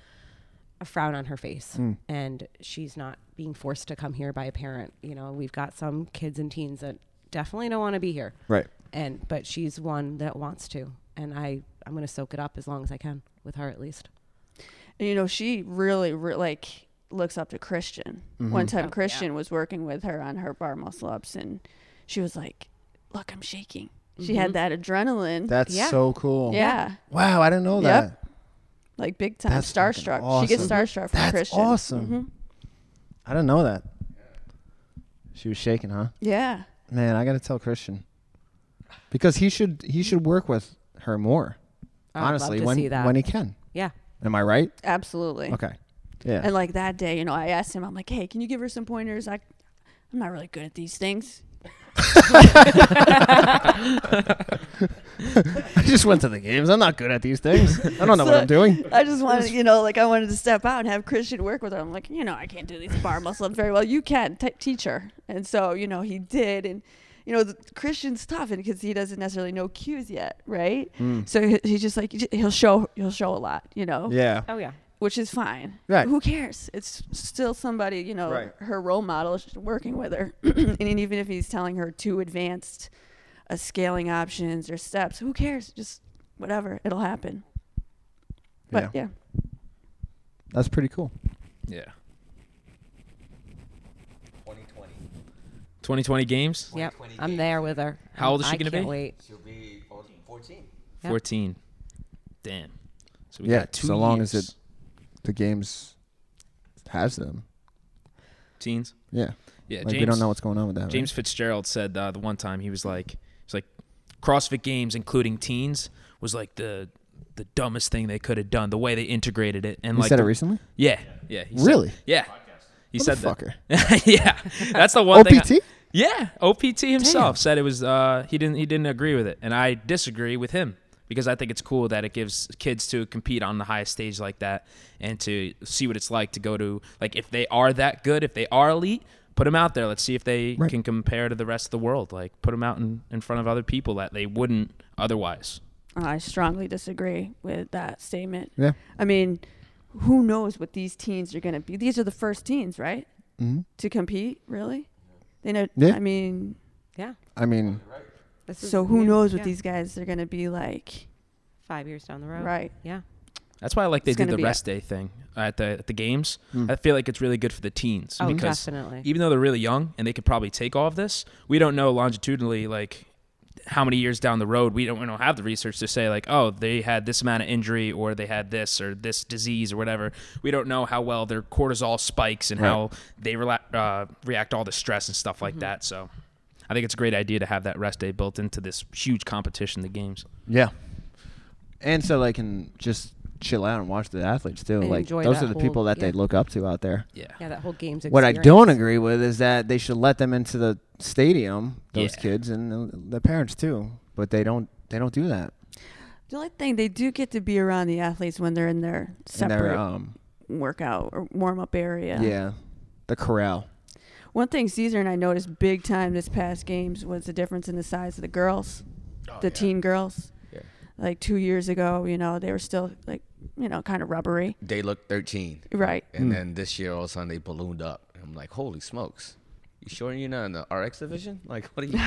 Speaker 3: a frown on her face
Speaker 4: Hmm.
Speaker 3: and she's not being forced to come here by a parent you know we've got some kids and teens that definitely don't want to be here
Speaker 1: Right.
Speaker 3: and but she's one that wants to and i i'm going to soak it up as long as i can with her at least
Speaker 4: And, you know she really re- like looks up to Christian.
Speaker 1: Mm-hmm.
Speaker 4: One time Christian was working with her on her bar muscle ups, and she was like, "Look, I'm shaking." She had that adrenaline.
Speaker 1: That's
Speaker 3: Yeah.
Speaker 1: so cool.
Speaker 4: yeah.
Speaker 1: Wow, I didn't know
Speaker 4: Yep.
Speaker 1: that.
Speaker 4: Like big time
Speaker 1: That's fucking
Speaker 4: starstruck. She gets
Speaker 1: awesome.
Speaker 4: starstruck from
Speaker 1: That's
Speaker 4: Christian. Mm-hmm.
Speaker 1: awesome.
Speaker 3: Mm-hmm.
Speaker 1: I didn't know that. She was shaking, huh?
Speaker 4: Yeah.
Speaker 1: Man, I got to tell Christian because he should he should work with her more.
Speaker 3: I would Oh, love
Speaker 1: honestly,
Speaker 3: to
Speaker 1: when
Speaker 3: see that.
Speaker 1: when he can.
Speaker 3: yeah
Speaker 1: Am I right?
Speaker 4: Absolutely.
Speaker 1: Okay. Yeah.
Speaker 4: And like that day, you know, I asked him, I'm like, hey, can you give her some pointers? I, I'm not really good at these things.
Speaker 1: I just went to the games. I'm not good at these things. I don't know what
Speaker 4: So-
Speaker 1: I'm doing.
Speaker 4: I just wanted, you know, like I wanted to step out and have Christian work with her. I'm like, you know, I can't do these bar muscle ups very well. You can t- teach her. And so, you know, he did. And, you know, the, Christian's tough because he doesn't necessarily know cues yet, right?
Speaker 1: Mm-hmm. Hmm.
Speaker 4: So he, he's just like, he'll show, he'll show a lot, you know?
Speaker 1: Yeah.
Speaker 3: oh yeah
Speaker 4: which is fine.
Speaker 1: Right.
Speaker 4: Who cares? It's still somebody, you know,
Speaker 1: Right.
Speaker 4: her role model is working with her. and even if he's telling her too advanced uh, scaling options or steps, who cares? Just whatever, it'll happen. But yeah.
Speaker 1: That's pretty cool.
Speaker 5: Yeah.
Speaker 2: 2020.
Speaker 5: 2020 games.
Speaker 3: yep
Speaker 2: 20
Speaker 3: i'm
Speaker 2: games.
Speaker 3: there with her
Speaker 5: How old is she
Speaker 3: I
Speaker 5: gonna
Speaker 3: can't
Speaker 5: be?
Speaker 3: wait
Speaker 2: She'll be 14.
Speaker 3: Yep.
Speaker 5: 14. Damn. So
Speaker 1: Yeah, so long as it- The games has them.
Speaker 5: teens.
Speaker 1: Yeah.
Speaker 5: Yeah,
Speaker 1: like
Speaker 5: James,
Speaker 1: we don't know what's going on with that. right?
Speaker 5: James Fitzgerald said uh, the one time he was like, he's like, CrossFit Games, including teens, was like the the dumbest thing they could have done. The way they integrated it and
Speaker 1: You
Speaker 5: like
Speaker 1: said it
Speaker 5: the-
Speaker 1: recently.
Speaker 5: Yeah, yeah. he said-
Speaker 1: Really?
Speaker 5: yeah. He said that.
Speaker 1: Motherfucker.
Speaker 5: yeah, that's the one thing. I-
Speaker 1: OPT.
Speaker 5: yeah, OPT himself
Speaker 1: Damn.
Speaker 5: said it was. Uh, he didn't. He didn't agree with it, and I disagree with him because I think it's cool that it gives kids to compete on the highest stage like that and to see what it's like to go to like if they are that good, if they are elite, put them out there. Let's see if they
Speaker 1: Right.
Speaker 5: can compare to the rest of the world. Like put them out in, in front of other people that they wouldn't otherwise.
Speaker 4: I strongly disagree with that statement.
Speaker 1: Yeah.
Speaker 4: I mean, who knows what these teens are going to be? These are the first teens, right?
Speaker 1: Mhm.
Speaker 4: To compete, really? They know,
Speaker 1: Yeah.
Speaker 4: I mean,
Speaker 3: yeah
Speaker 1: I mean,
Speaker 3: this is
Speaker 4: so who
Speaker 3: new.
Speaker 4: knows what
Speaker 3: Yeah.
Speaker 4: these guys are going to be like,
Speaker 3: five years down the road
Speaker 4: right?
Speaker 3: yeah
Speaker 5: That's why I like they
Speaker 4: It's
Speaker 5: do
Speaker 4: gonna
Speaker 5: the
Speaker 4: be a-
Speaker 5: rest day thing at the at the games.
Speaker 1: Hmm.
Speaker 5: I feel like it's really good for the teens
Speaker 3: oh
Speaker 5: because e-
Speaker 3: definitely
Speaker 5: even though they're really young and they could probably take all of this, we don't know longitudinally like how many years down the road we don't we don't have the research to say like oh they had this amount of injury or they had this or this disease or whatever we don't know how well their cortisol spikes and how they rela- uh, react to all the stress and stuff like that so I think it's a great idea to have that rest day built into this huge competition the games
Speaker 1: Yeah. And so they can just chill out and watch the athletes too.
Speaker 3: And
Speaker 1: like
Speaker 3: enjoy
Speaker 1: those
Speaker 3: that
Speaker 1: are the
Speaker 3: whole-
Speaker 1: people that they
Speaker 3: yeah.
Speaker 1: look up to out there.
Speaker 3: Yeah, that whole game's
Speaker 1: What I
Speaker 3: experience.
Speaker 1: don't agree with is that they should let them into the stadium, those
Speaker 5: Yeah.
Speaker 1: kids and the- the parents too. But they don't. They don't do that.
Speaker 4: The only thing they do get to be around the athletes when they're in their
Speaker 1: And
Speaker 4: separate
Speaker 1: they're um.
Speaker 4: workout or warm up area.
Speaker 1: Yeah. The corral.
Speaker 4: One thing Caesar and I noticed big time this past games was the difference in the size of the girls,
Speaker 1: Oh,
Speaker 4: the teen girls.
Speaker 2: Yeah.
Speaker 4: Like two years ago, you know, they were still like, you know, kind of rubbery.
Speaker 2: They look 13.
Speaker 4: Right. Hmm.
Speaker 2: And then this year, all of a sudden, they ballooned up. And I'm like, holy smokes. You sure you're not in the RX division? Like, what are you?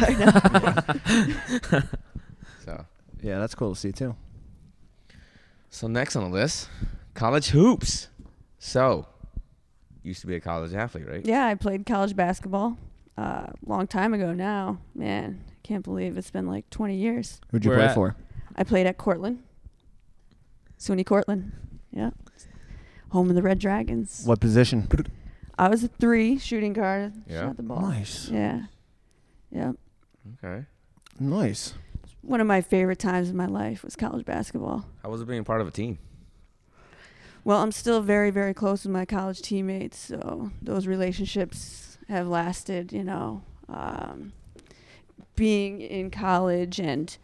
Speaker 2: so,
Speaker 1: Yeah, that's cool to see too.
Speaker 2: so next on the list, college hoops. So, used to be a college athlete, right?
Speaker 4: Yeah, I played college basketball a long time ago now. Man, I can't believe it's been like 20 years.
Speaker 1: Who'd you
Speaker 5: Where
Speaker 1: play
Speaker 5: at?
Speaker 1: for?
Speaker 4: I played at Cortland, SUNY Cortland. Yeah. Home of the Red Dragons.
Speaker 1: What position?
Speaker 4: I was a three shooting guard.
Speaker 2: Yeah.
Speaker 4: Shot the ball.
Speaker 1: Nice.
Speaker 4: Yeah. Yeah.
Speaker 2: Okay.
Speaker 1: Nice.
Speaker 4: One of my favorite times in my life was college basketball.
Speaker 2: How was it being part of a team?
Speaker 4: Well, I'm still very, very close with my college teammates, so those relationships have lasted. You know, um, being in college and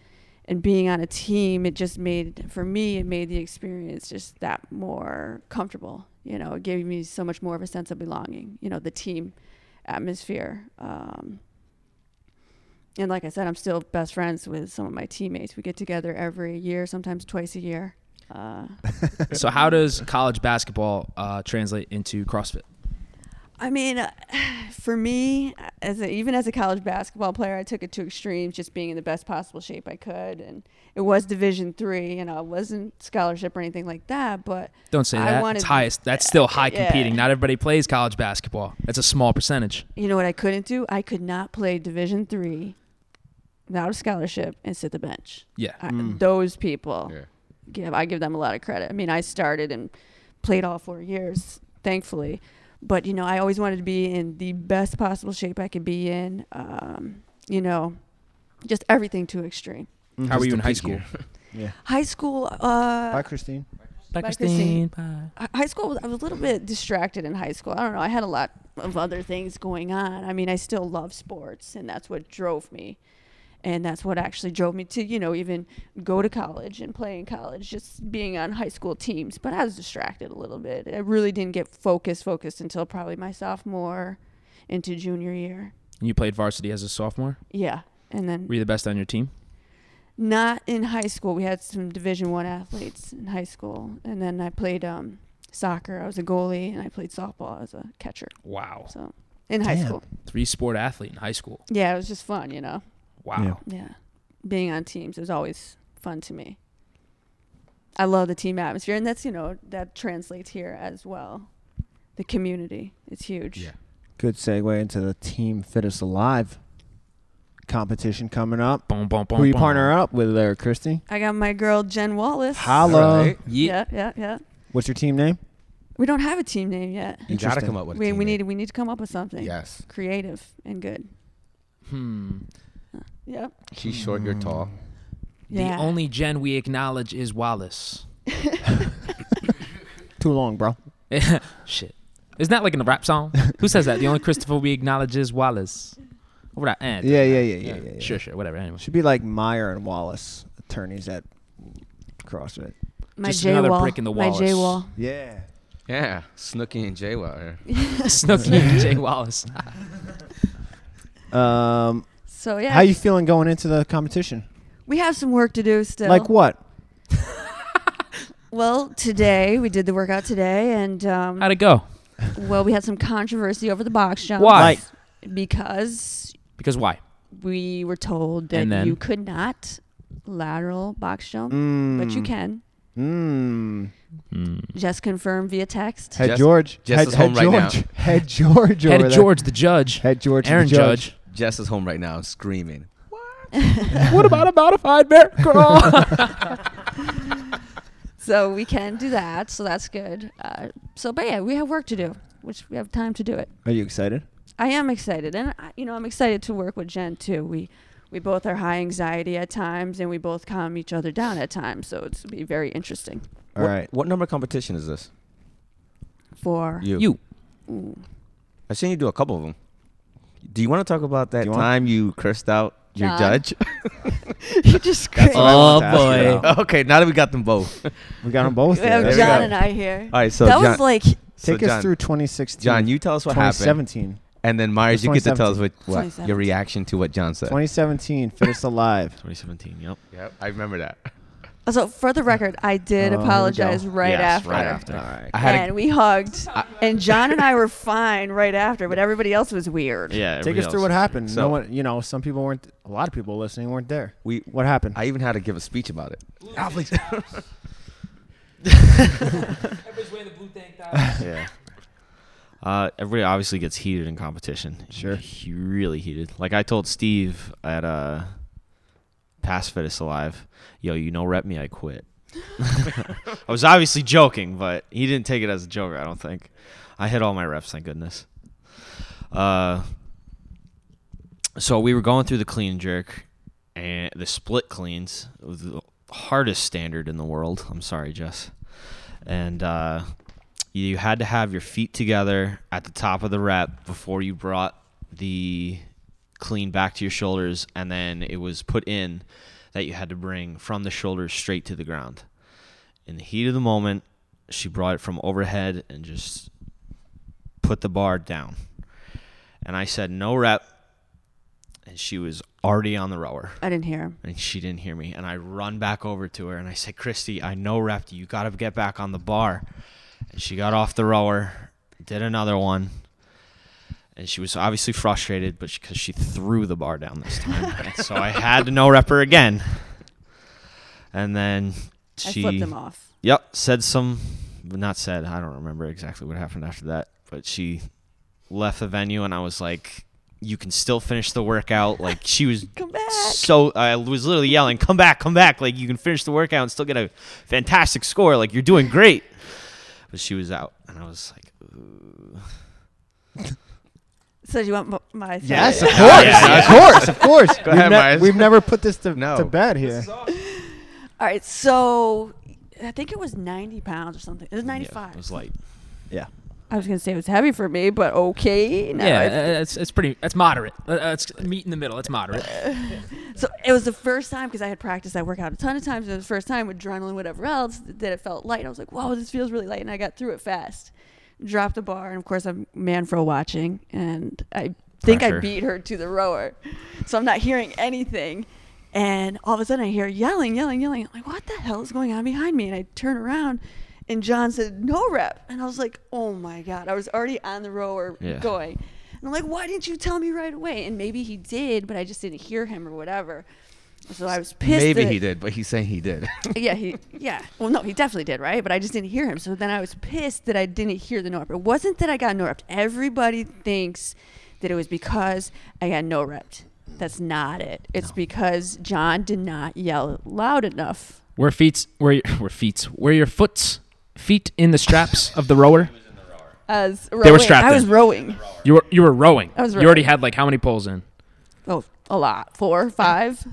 Speaker 4: and being on a team, it just made for me it made the experience just that more comfortable. You know, it gave me so much more of a sense of belonging. You know, the team atmosphere. Um, and like I said, I'm still best friends with some of my teammates. We get together every year, sometimes twice a year. Uh,
Speaker 5: so how does college basketball uh, translate into CrossFit
Speaker 4: I mean, uh, for me, as a, even as a college basketball player, I took it to extremes, just being in the best possible shape I could, and it was Division three. You know, it wasn't scholarship or anything like that, but
Speaker 5: don't say
Speaker 4: I
Speaker 5: that
Speaker 4: wanted-
Speaker 5: it's highest that's still high
Speaker 4: Yeah.
Speaker 5: competing not everybody plays college basketball that's a small percentage
Speaker 4: you know what I couldn't do? I could not play Division three without a scholarship and sit the bench.
Speaker 5: yeah
Speaker 4: I, Those people,
Speaker 2: Yeah.
Speaker 4: give I give them a lot of credit. I mean, I started and played all four years, thankfully. But you know, I always wanted to be in the best possible shape I could be in. Um, you know, just everything too extreme.
Speaker 1: Mm-hmm.
Speaker 5: how
Speaker 2: Just
Speaker 5: were you
Speaker 2: to
Speaker 5: in high
Speaker 2: peak
Speaker 5: school
Speaker 2: here.
Speaker 4: High school,
Speaker 1: Hi,
Speaker 4: uh,
Speaker 1: Christine.
Speaker 5: Bye,
Speaker 4: Christine.
Speaker 5: Bye.
Speaker 4: hi- high school. was- I was a little bit distracted in high school. I don't know. I had a lot of other things going on. I mean, I still love sports, and that's what drove me, and that's what actually drove me to you know even go to college and play in college, just being on high school teams. But I was distracted a little bit. I really didn't get focused focused until probably my sophomore into junior year.
Speaker 5: And you played varsity as a sophomore.
Speaker 4: Yeah, and then
Speaker 5: Were you the best on your team?
Speaker 4: not in high school. We had some Division One athletes in high school, and then I played um, soccer. I was a goalie, and I played softball as a catcher.
Speaker 5: Wow,
Speaker 4: So in high
Speaker 1: Damn.
Speaker 4: school,
Speaker 5: three sport athlete in high school.
Speaker 4: yeah, it was just fun, you know.
Speaker 5: Wow.
Speaker 1: Yeah.
Speaker 4: Yeah, being on teams is always fun to me. I love the team atmosphere, and that's you know that translates here as well. The community is huge.
Speaker 2: Yeah.
Speaker 1: Good segue into the Team Fittest Alive competition coming up.
Speaker 5: Boom, boom, boom.
Speaker 1: Who you partner up with there, Christy?
Speaker 4: I got my girl Jen Wallace.
Speaker 1: Holla.
Speaker 2: Alright.
Speaker 5: Yeah.
Speaker 4: Yeah, yeah, yeah.
Speaker 1: What's your team name?
Speaker 4: We don't have a team name yet.
Speaker 2: You gotta
Speaker 1: Interesting.
Speaker 2: come up with. a
Speaker 4: We,
Speaker 2: team
Speaker 4: we
Speaker 2: name.
Speaker 4: need we need to come up with something
Speaker 2: Yes.
Speaker 4: creative and good.
Speaker 5: Hmm.
Speaker 4: Yep.
Speaker 2: She's short.
Speaker 1: Mm.
Speaker 2: You're tall.
Speaker 4: Yeah.
Speaker 5: The only Jen we acknowledge is Wallace.
Speaker 1: Too long, bro.
Speaker 5: Shit. Isn't that like in a rap song? Who says that? The only Christopher we acknowledge is Wallace. What about Ant?
Speaker 1: Yeah, yeah, yeah, yeah, yeah. yeah.
Speaker 5: Sure, sure, whatever. Anyway.
Speaker 1: Should be like Meyer and Wallace, attorneys at CrossFit.
Speaker 4: my
Speaker 5: Just
Speaker 4: J
Speaker 5: another
Speaker 4: wall.
Speaker 5: brick in the
Speaker 4: my
Speaker 5: Wallace.
Speaker 4: J wall.
Speaker 1: Yeah.
Speaker 2: Yeah. Snooki and Jay Wire.
Speaker 5: Snooki and Jay Wallace.
Speaker 1: Um,
Speaker 4: So yeah,
Speaker 1: How you feeling going into the competition?
Speaker 4: we have some work to do still.
Speaker 1: Like what?
Speaker 4: Well, today we did the workout today, and um,
Speaker 5: How'd it go?
Speaker 4: well, we had some controversy over the box jump.
Speaker 5: Why?
Speaker 4: Because
Speaker 5: Because why?
Speaker 4: we were told
Speaker 5: And
Speaker 4: that
Speaker 5: then?
Speaker 4: you could not lateral box jump, but you can.
Speaker 1: Mm.
Speaker 4: Just confirm via text.
Speaker 1: Head
Speaker 2: Jess-
Speaker 1: George.
Speaker 2: Jess
Speaker 1: head,
Speaker 2: is
Speaker 1: head
Speaker 2: home right now.
Speaker 1: George. Head George. Over
Speaker 5: Head
Speaker 1: there.
Speaker 5: George, the judge.
Speaker 1: Head George.
Speaker 5: Aaron
Speaker 1: the judge.
Speaker 5: Judge.
Speaker 2: Jess is home right now, screaming.
Speaker 5: what about a modified bear crawl?
Speaker 4: so we can do that. So that's good. Uh, so, but yeah, we have work to do, which we have time to do it.
Speaker 1: Are you excited?
Speaker 4: I am excited, and I, you know, I'm excited to work with Jen too. We we both are high anxiety at times, and we both calm each other down at times. So it's be very interesting
Speaker 1: All
Speaker 2: what,
Speaker 1: right.
Speaker 2: What number competition is this?
Speaker 4: for
Speaker 2: You.
Speaker 5: you.
Speaker 4: Ooh.
Speaker 2: I've seen you do a couple of them. Do you want to talk about that
Speaker 1: Do you want-
Speaker 2: time you cursed out your
Speaker 4: Nah.
Speaker 2: judge?
Speaker 4: you just
Speaker 1: That's what I
Speaker 2: Oh,
Speaker 1: wanted to ask you
Speaker 5: boy.
Speaker 1: about.
Speaker 2: okay, now that we got them both. All
Speaker 1: We got them both.
Speaker 4: We have
Speaker 1: there.
Speaker 2: we
Speaker 4: John
Speaker 2: go.
Speaker 4: and I here.
Speaker 2: right, so
Speaker 4: that
Speaker 2: John,
Speaker 4: was like
Speaker 2: so
Speaker 1: Take us
Speaker 2: John,
Speaker 1: through 2016.
Speaker 2: John, you tell us what happened,
Speaker 1: 2017.
Speaker 2: and then Myers,
Speaker 1: It's
Speaker 2: you get to tell us what, what your
Speaker 4: 2017.
Speaker 2: reaction to what John said.
Speaker 1: 2017. Fit us alive.
Speaker 7: 2017. Yep.
Speaker 2: Yep, I remember that.
Speaker 4: so. For the record, I did
Speaker 1: Oh, here we
Speaker 4: apologize
Speaker 1: go.
Speaker 4: right
Speaker 7: Yes,
Speaker 4: after.
Speaker 7: Right after.
Speaker 1: All right.
Speaker 2: I had
Speaker 4: and we hugged, and John and I were fine right after, but everybody else was weird.
Speaker 7: Yeah.
Speaker 1: Take us through what happened.
Speaker 2: So-
Speaker 1: no one, you know, some people weren't. A lot of people listening weren't there.
Speaker 2: We-
Speaker 1: What happened?
Speaker 2: a, I even had to give a speech about it.
Speaker 5: Everybody's wearing the blue tank tops.
Speaker 1: yeah.
Speaker 7: Uh, everybody obviously gets heated in competition.
Speaker 1: Sure.
Speaker 7: He really heated. Like I told Steve at uh, Pass Fittest Alive, yo, you know, rep me, I quit. I was obviously joking, but he didn't take it as a joke. I don't think. I hit all my reps, thank goodness. Uh, so we were going through the clean and jerk and the split cleans, it was the hardest standard in the world. I'm sorry, Jess. And uh, you had to have your feet together at the top of the rep before you brought the clean back to your shoulders, and then it was put in that you had to bring from the shoulders straight to the ground. In the heat of the moment, she brought it from overhead and just put the bar down. And I said, no rep. And she was already on the rower
Speaker 4: I didn't hear him.
Speaker 7: and she didn't hear me. And I run back over to her and I said, Christy, I know Repty, you got to get back on the bar. And she got off the rower, did another one. And she was obviously frustrated, but because she, threw the bar down this time, so I had to no rep her again. And then she
Speaker 4: I flipped him off.
Speaker 7: Yep, said some, not said. I don't remember exactly what happened after that, but she left the venue, and I was like, "You can still finish the workout." Like she was
Speaker 4: Come back.
Speaker 7: so I was literally yelling, "Come back, come back!" Like you can finish the workout and still get a fantastic score. Like you're doing great. But she was out, and I was like,
Speaker 4: So you want m- my side?
Speaker 1: Yes, of course, of course, of course. We've,
Speaker 2: ahead,
Speaker 1: ne-
Speaker 2: Myers.
Speaker 1: we've never put this to,
Speaker 2: No.
Speaker 1: to bed here.
Speaker 4: All right, so I think it was 90 pounds or something. It was
Speaker 7: yeah,
Speaker 4: 95.
Speaker 7: It was like
Speaker 1: Yeah,
Speaker 4: I was gonna say it was heavy for me, but okay. No,
Speaker 5: yeah,
Speaker 4: I-
Speaker 5: uh, it's, it's pretty. That's moderate. Uh, uh, it's meet in the middle. It's moderate.
Speaker 4: so it was the first time because I had practiced that workout a ton of times. And it was the first time with adrenaline, whatever else, that it felt light. I was like, "Whoa, this feels really light," and I got through it fast. Dropped the bar, and of course I'm Manfro watching, and I think I
Speaker 7: Pressure.
Speaker 4: beat her to the rower, so I'm not hearing anything. And all of a sudden I hear yelling, yelling, yelling. I'm like, "What the hell is going on behind me?" And I turn around. And John said, no rep. And I was like, oh my God. I was already on the rower
Speaker 7: Yeah.
Speaker 4: going away. And I'm like, why didn't you tell me right away? And maybe he did, but I just didn't hear him or whatever. So I was pissed.
Speaker 2: Maybe
Speaker 4: that-
Speaker 2: he did, but he's saying he did.
Speaker 4: Yeah, he. Yeah. Well, no, he definitely did, right? But I just didn't hear him. So then I was pissed that I didn't hear the no rep. It wasn't that I got no repped. Everybody thinks that it was because I got no repped. That's not it. It's because John did not yell loud enough.
Speaker 5: Where feet? Where your, where feet? Where your foots? Feet in the straps of the rower.
Speaker 4: As rowing.
Speaker 5: They were strapped
Speaker 4: I was
Speaker 5: in.
Speaker 4: rowing.
Speaker 5: You were you were rowing.
Speaker 4: I was
Speaker 5: You already
Speaker 4: rowing.
Speaker 5: had like how many poles in?
Speaker 4: Oh, a lot. Four, five.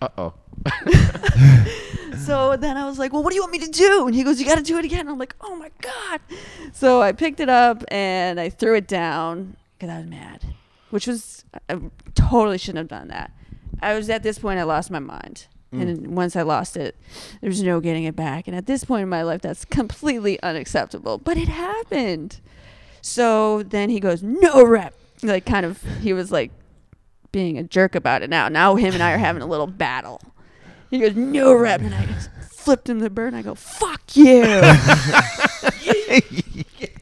Speaker 2: Uh oh.
Speaker 4: So then I was like, "Well, what do you want me to do?" And he goes, "You got to do it again." I'm like, "Oh my god!" So I picked it up and I threw it down because I was mad, which was I totally shouldn't have done that. I was at this point I lost my mind, and once I lost it, there's no getting it back. And at this point in my life, that's completely unacceptable. But it happened. So then he goes, "No rep," like kind of he was like being a jerk about it. Now, now him and I are having a little battle. He goes, no rep. And I just flipped him the bird and I go, fuck you.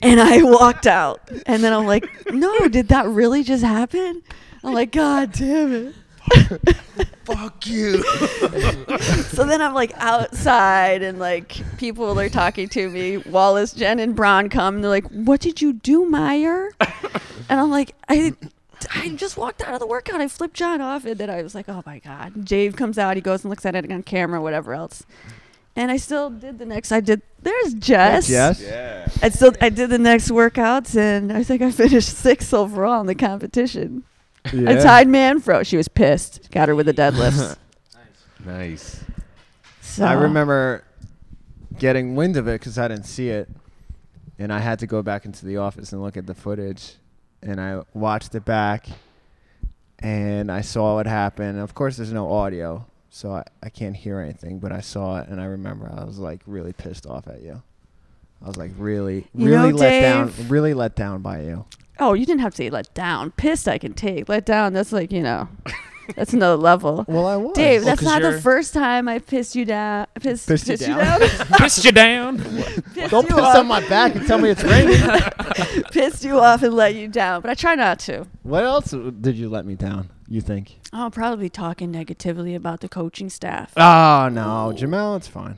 Speaker 4: and I walked out. And then I'm like, no, did that really just happen? I'm like, God damn it.
Speaker 2: Fuck you.
Speaker 4: So then I'm like outside and like people are talking to me. Wallace, Jen, and Braun come. And they're like, what did you do, Meyer? And I'm like, I. I just walked out of the workout. I flipped John off, and then I was like, oh my god. Jave comes out. He goes and looks at it on camera, whatever else. And I still did the next. I did. There's Jess.
Speaker 1: Yes.
Speaker 4: I still I did the next workouts, and I think I finished sixth overall in the competition.
Speaker 1: Yeah.
Speaker 4: I tied Manfro. She was pissed. Got her with the deadlifts.
Speaker 2: Nice.
Speaker 4: So
Speaker 1: I remember getting wind of it because I didn't see it, and I had to go back into the office and look at the footage, and I watched it back, and I saw what happened. Of course, there's no audio, so I, I can't hear anything, but I saw it, and I remember I was like really pissed off at you. I was like really,
Speaker 4: You
Speaker 1: really
Speaker 4: know,
Speaker 1: let down,
Speaker 4: Dave-
Speaker 1: really let down by you.
Speaker 4: Oh, you didn't have to say let down. Pissed, I can take. Let down. That's like you know, that's another level.
Speaker 1: Well, I was.
Speaker 4: Dave,
Speaker 9: Well,
Speaker 4: that's
Speaker 9: 'cause
Speaker 4: not the
Speaker 9: you're-
Speaker 4: first time I pissed you down. Pissed,
Speaker 1: Pissed you down?
Speaker 7: Pissed you down.
Speaker 4: pissed
Speaker 1: don't
Speaker 4: you
Speaker 1: piss
Speaker 4: off,
Speaker 1: on my back and tell me it's raining.
Speaker 4: pissed you off and let you down. But I try not to.
Speaker 1: what else did you let me down? You think?
Speaker 4: I'll probably be talking negatively about the coaching staff.
Speaker 5: Uh,
Speaker 1: Oh no, Jamel, it's fine.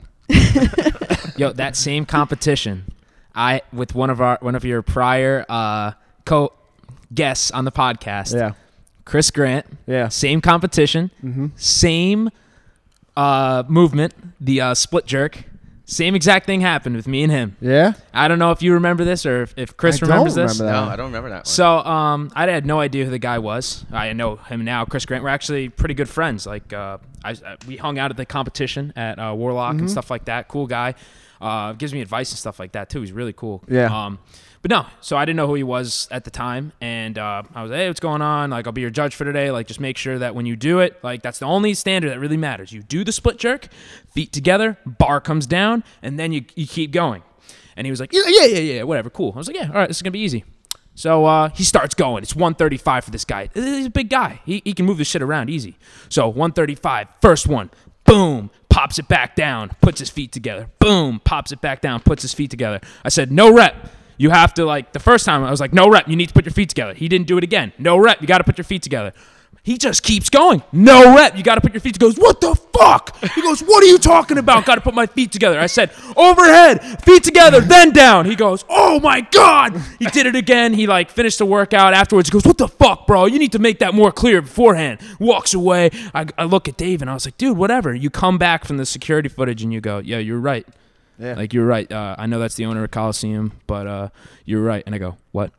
Speaker 5: Yo, that same competition, I with one of our one of your prior uh, co guests on the podcast,
Speaker 1: Yeah,
Speaker 5: Chris Grant.
Speaker 1: yeah.
Speaker 5: Same competition,
Speaker 1: Mm-hmm.
Speaker 5: same uh, movement, the uh, split jerk. Same exact thing happened with me and him.
Speaker 1: Yeah.
Speaker 5: I don't know if you remember this or if, if Chris
Speaker 1: I
Speaker 5: remembers
Speaker 1: don't
Speaker 5: this.
Speaker 1: remember
Speaker 2: No,
Speaker 1: that.
Speaker 2: I don't remember that one.
Speaker 5: So um, I had no idea who the guy was. I know him now, Chris Grant. We're actually pretty good friends. Like uh, I, I- we hung out at the competition at uh, Warlock
Speaker 2: Mm-hmm.
Speaker 5: and stuff like that. Cool guy. Uh, gives me advice and stuff like that too. He's really cool.
Speaker 1: Yeah.
Speaker 5: Um, but no, so I didn't know who he was at the time, and uh, I was like, "Hey, what's going on? Like, I'll be your judge for today. Like, just make sure that when you do it, like, that's the only standard that really matters. You do the split jerk, feet together, bar comes down, and then you you keep going." And he was like, "Yeah, yeah, yeah, yeah, whatever, cool." I was like, "Yeah, all right, this is gonna be easy." So uh, he starts going. It's 135 for this guy. He's a big guy. He, he can move this shit around easy. So 135, first one, boom, pops it back down, puts his feet together. Boom, pops it back down, puts his feet together. I said, no rep. You have to, like, the first time I was like, no rep, you need to put your feet together. He didn't do it again. No rep, you got to put your feet together. He just keeps going. No rep. You got to put your feet. He goes, what the fuck? He goes, what are you talking about? Got to put my feet together. I said, overhead, feet together, then down. He goes, oh my god. He did it again. He like finished the workout afterwards. He goes, what the fuck, bro? You need to make that more clear beforehand. Walks away. I, I look at Dave and I was like, dude, whatever. You come back from the security footage and you go, yeah, you're right.
Speaker 1: Yeah.
Speaker 5: Like you're right. Uh, I know that's the owner of Coliseum, but uh, you're right. And I go, what?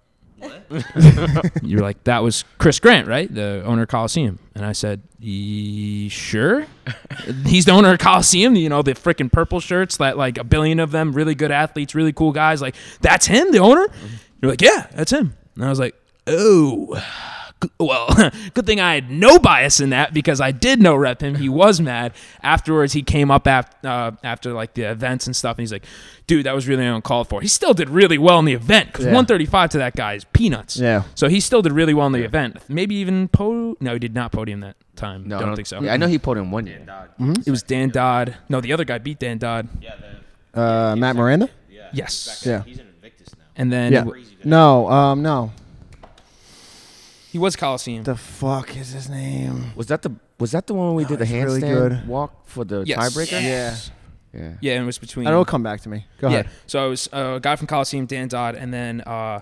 Speaker 5: you're like, that was Chris Grant, right? The owner of Coliseum. And I said, "Ye- sure. He's the owner of Coliseum. You know the freaking purple shirts that like a billion of them, really good athletes, really cool guys. Like that's him, the owner. You're like, yeah, that's him. And I was like, oh. G- Well, good thing I had no bias in that because I did no rep him. He was mad. Afterwards, he came up after, uh, after like the events and stuff, and he's like, "Dude, that was really uncalled for." He still did really well in the event because
Speaker 1: Yeah.
Speaker 5: 135 to that guy is peanuts.
Speaker 1: Yeah.
Speaker 5: So he still did really well in the event. Maybe even po. No, he did not podium that time.
Speaker 2: no,
Speaker 5: don't, think so.
Speaker 2: Yeah, I know he pulled in one year.
Speaker 1: Mm-hmm.
Speaker 5: It was Dan Dodd. No, the other guy beat Dan Dodd.
Speaker 1: Uh, Matt Miranda.
Speaker 5: Yes.
Speaker 1: Yeah.
Speaker 7: He's an Invictus now.
Speaker 5: And then
Speaker 1: Yeah. No. Um. No.
Speaker 5: he was Coliseum.
Speaker 1: The fuck is his name?
Speaker 2: Was that the Was that the one we did the
Speaker 1: it's really
Speaker 2: handstand
Speaker 1: good.
Speaker 2: walk for the
Speaker 5: Yes.
Speaker 2: tiebreaker?
Speaker 5: Yes.
Speaker 2: Yeah.
Speaker 5: Yeah, and it was between.
Speaker 1: I know. It'll come back to me. Go
Speaker 5: yeah.
Speaker 1: ahead.
Speaker 5: So it was uh, a guy from Coliseum, Dan Dodd, and then uh,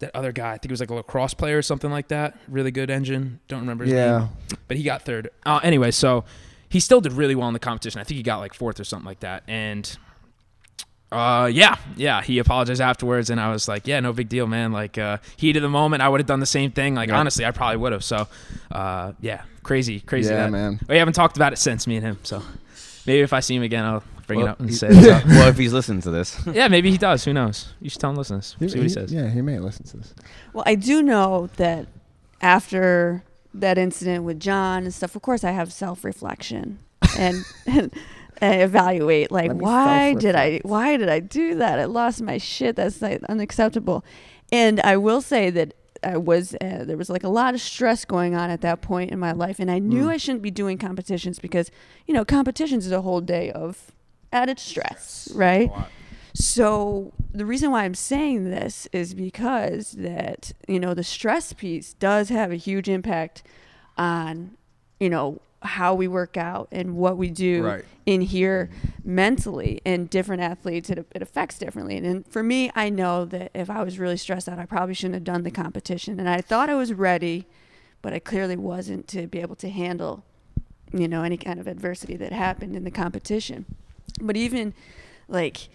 Speaker 5: that other guy. I think it was like a lacrosse player or something like that. Really good engine. Don't remember his
Speaker 1: Yeah.
Speaker 5: name. But he got third. Uh, anyway, so he still did really well in the competition. I think he got like fourth or something like that. And uh, yeah, yeah, he apologized afterwards, and I was like, yeah, no big deal, man. Like uh, heat of the moment, I would have done the same thing. Like
Speaker 2: Yeah.
Speaker 5: honestly, I probably would have. So uh, yeah, crazy, crazy.
Speaker 1: Yeah,
Speaker 5: that-
Speaker 1: man.
Speaker 5: We haven't talked about it since me and him. So maybe if I see him again, I'll bring
Speaker 2: Well,
Speaker 5: it up and
Speaker 2: he-
Speaker 5: say. it.
Speaker 2: well, if he's listening to this,
Speaker 5: Yeah, maybe he does. Who knows? You should tell him listen. See what he says.
Speaker 1: Yeah, he may listen to this.
Speaker 4: Well, I do know that after that incident with John and stuff, of course, I have self reflection and, and I evaluate like
Speaker 1: Let me
Speaker 4: why did I
Speaker 1: self-reflect.
Speaker 4: why did I do that? I lost my shit. That's like unacceptable. And I will say that I was uh, there was like a lot of stress going on at that point in my life, and I knew
Speaker 1: Mm.
Speaker 4: I shouldn't be doing competitions because you know competitions is a whole day of added stress, right? So the reason why I'm saying this is because that you know the stress piece does have a huge impact on you know how we work out and what we do
Speaker 10: Right.
Speaker 4: in here mentally and different athletes it, it affects differently and, and for me i know that if i was really stressed out i probably shouldn't have done the competition and i thought i was ready but i clearly wasn't to be able to handle you know any kind of adversity that happened in the competition but even like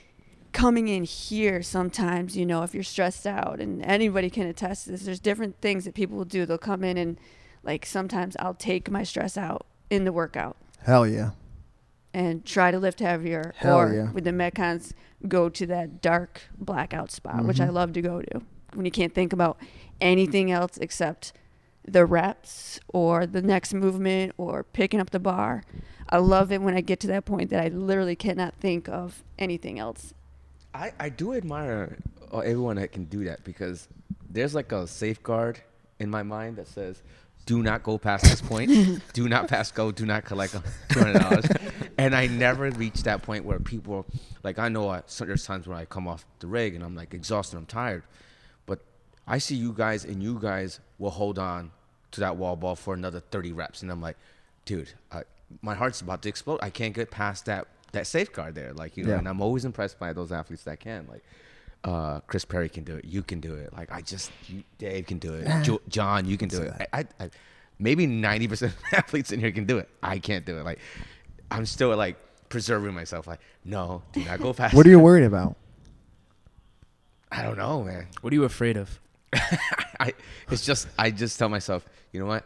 Speaker 4: coming in here sometimes you know if you're stressed out and anybody can attest to this there's different things that people will do they'll come in and like sometimes i'll take my stress out in the workout
Speaker 10: Hell yeah.
Speaker 4: and try to lift heavier
Speaker 10: Hell
Speaker 4: or
Speaker 10: yeah.
Speaker 4: with the metcons go to that dark blackout spot which
Speaker 10: Mm-hmm.
Speaker 4: i love to go to when you can't think about anything else except the reps or the next movement or picking up the bar i love it when i get to that point that i literally cannot think of anything else
Speaker 2: I, I do admire uh, everyone that can do that because there's like a safeguard in my mind that says, do not go past this point. do not pass go. Do not collect $200. and I never reach that point where people, like, I know I, so there's times where I come off the rig and I'm like exhausted, I'm tired. But I see you guys, and you guys will hold on to that wall ball for another 30 reps. And I'm like, dude, I, my heart's about to explode. I can't get past that that safeguard there. Like, you know,
Speaker 1: Yeah.
Speaker 2: and I'm always impressed by those athletes that can. Like, uh, Chris Perry can do it. You can do it. Like, I just, you, Dave can do it. Jo- John, you can do it. I, I, I, maybe 90% of athletes in here can do it. I can't do it. Like, I'm still like preserving myself. Like, no, do not go fast.
Speaker 1: What are you worried about?
Speaker 2: I don't know, man.
Speaker 5: What are you afraid of?
Speaker 2: I it's just I just tell myself, you know what?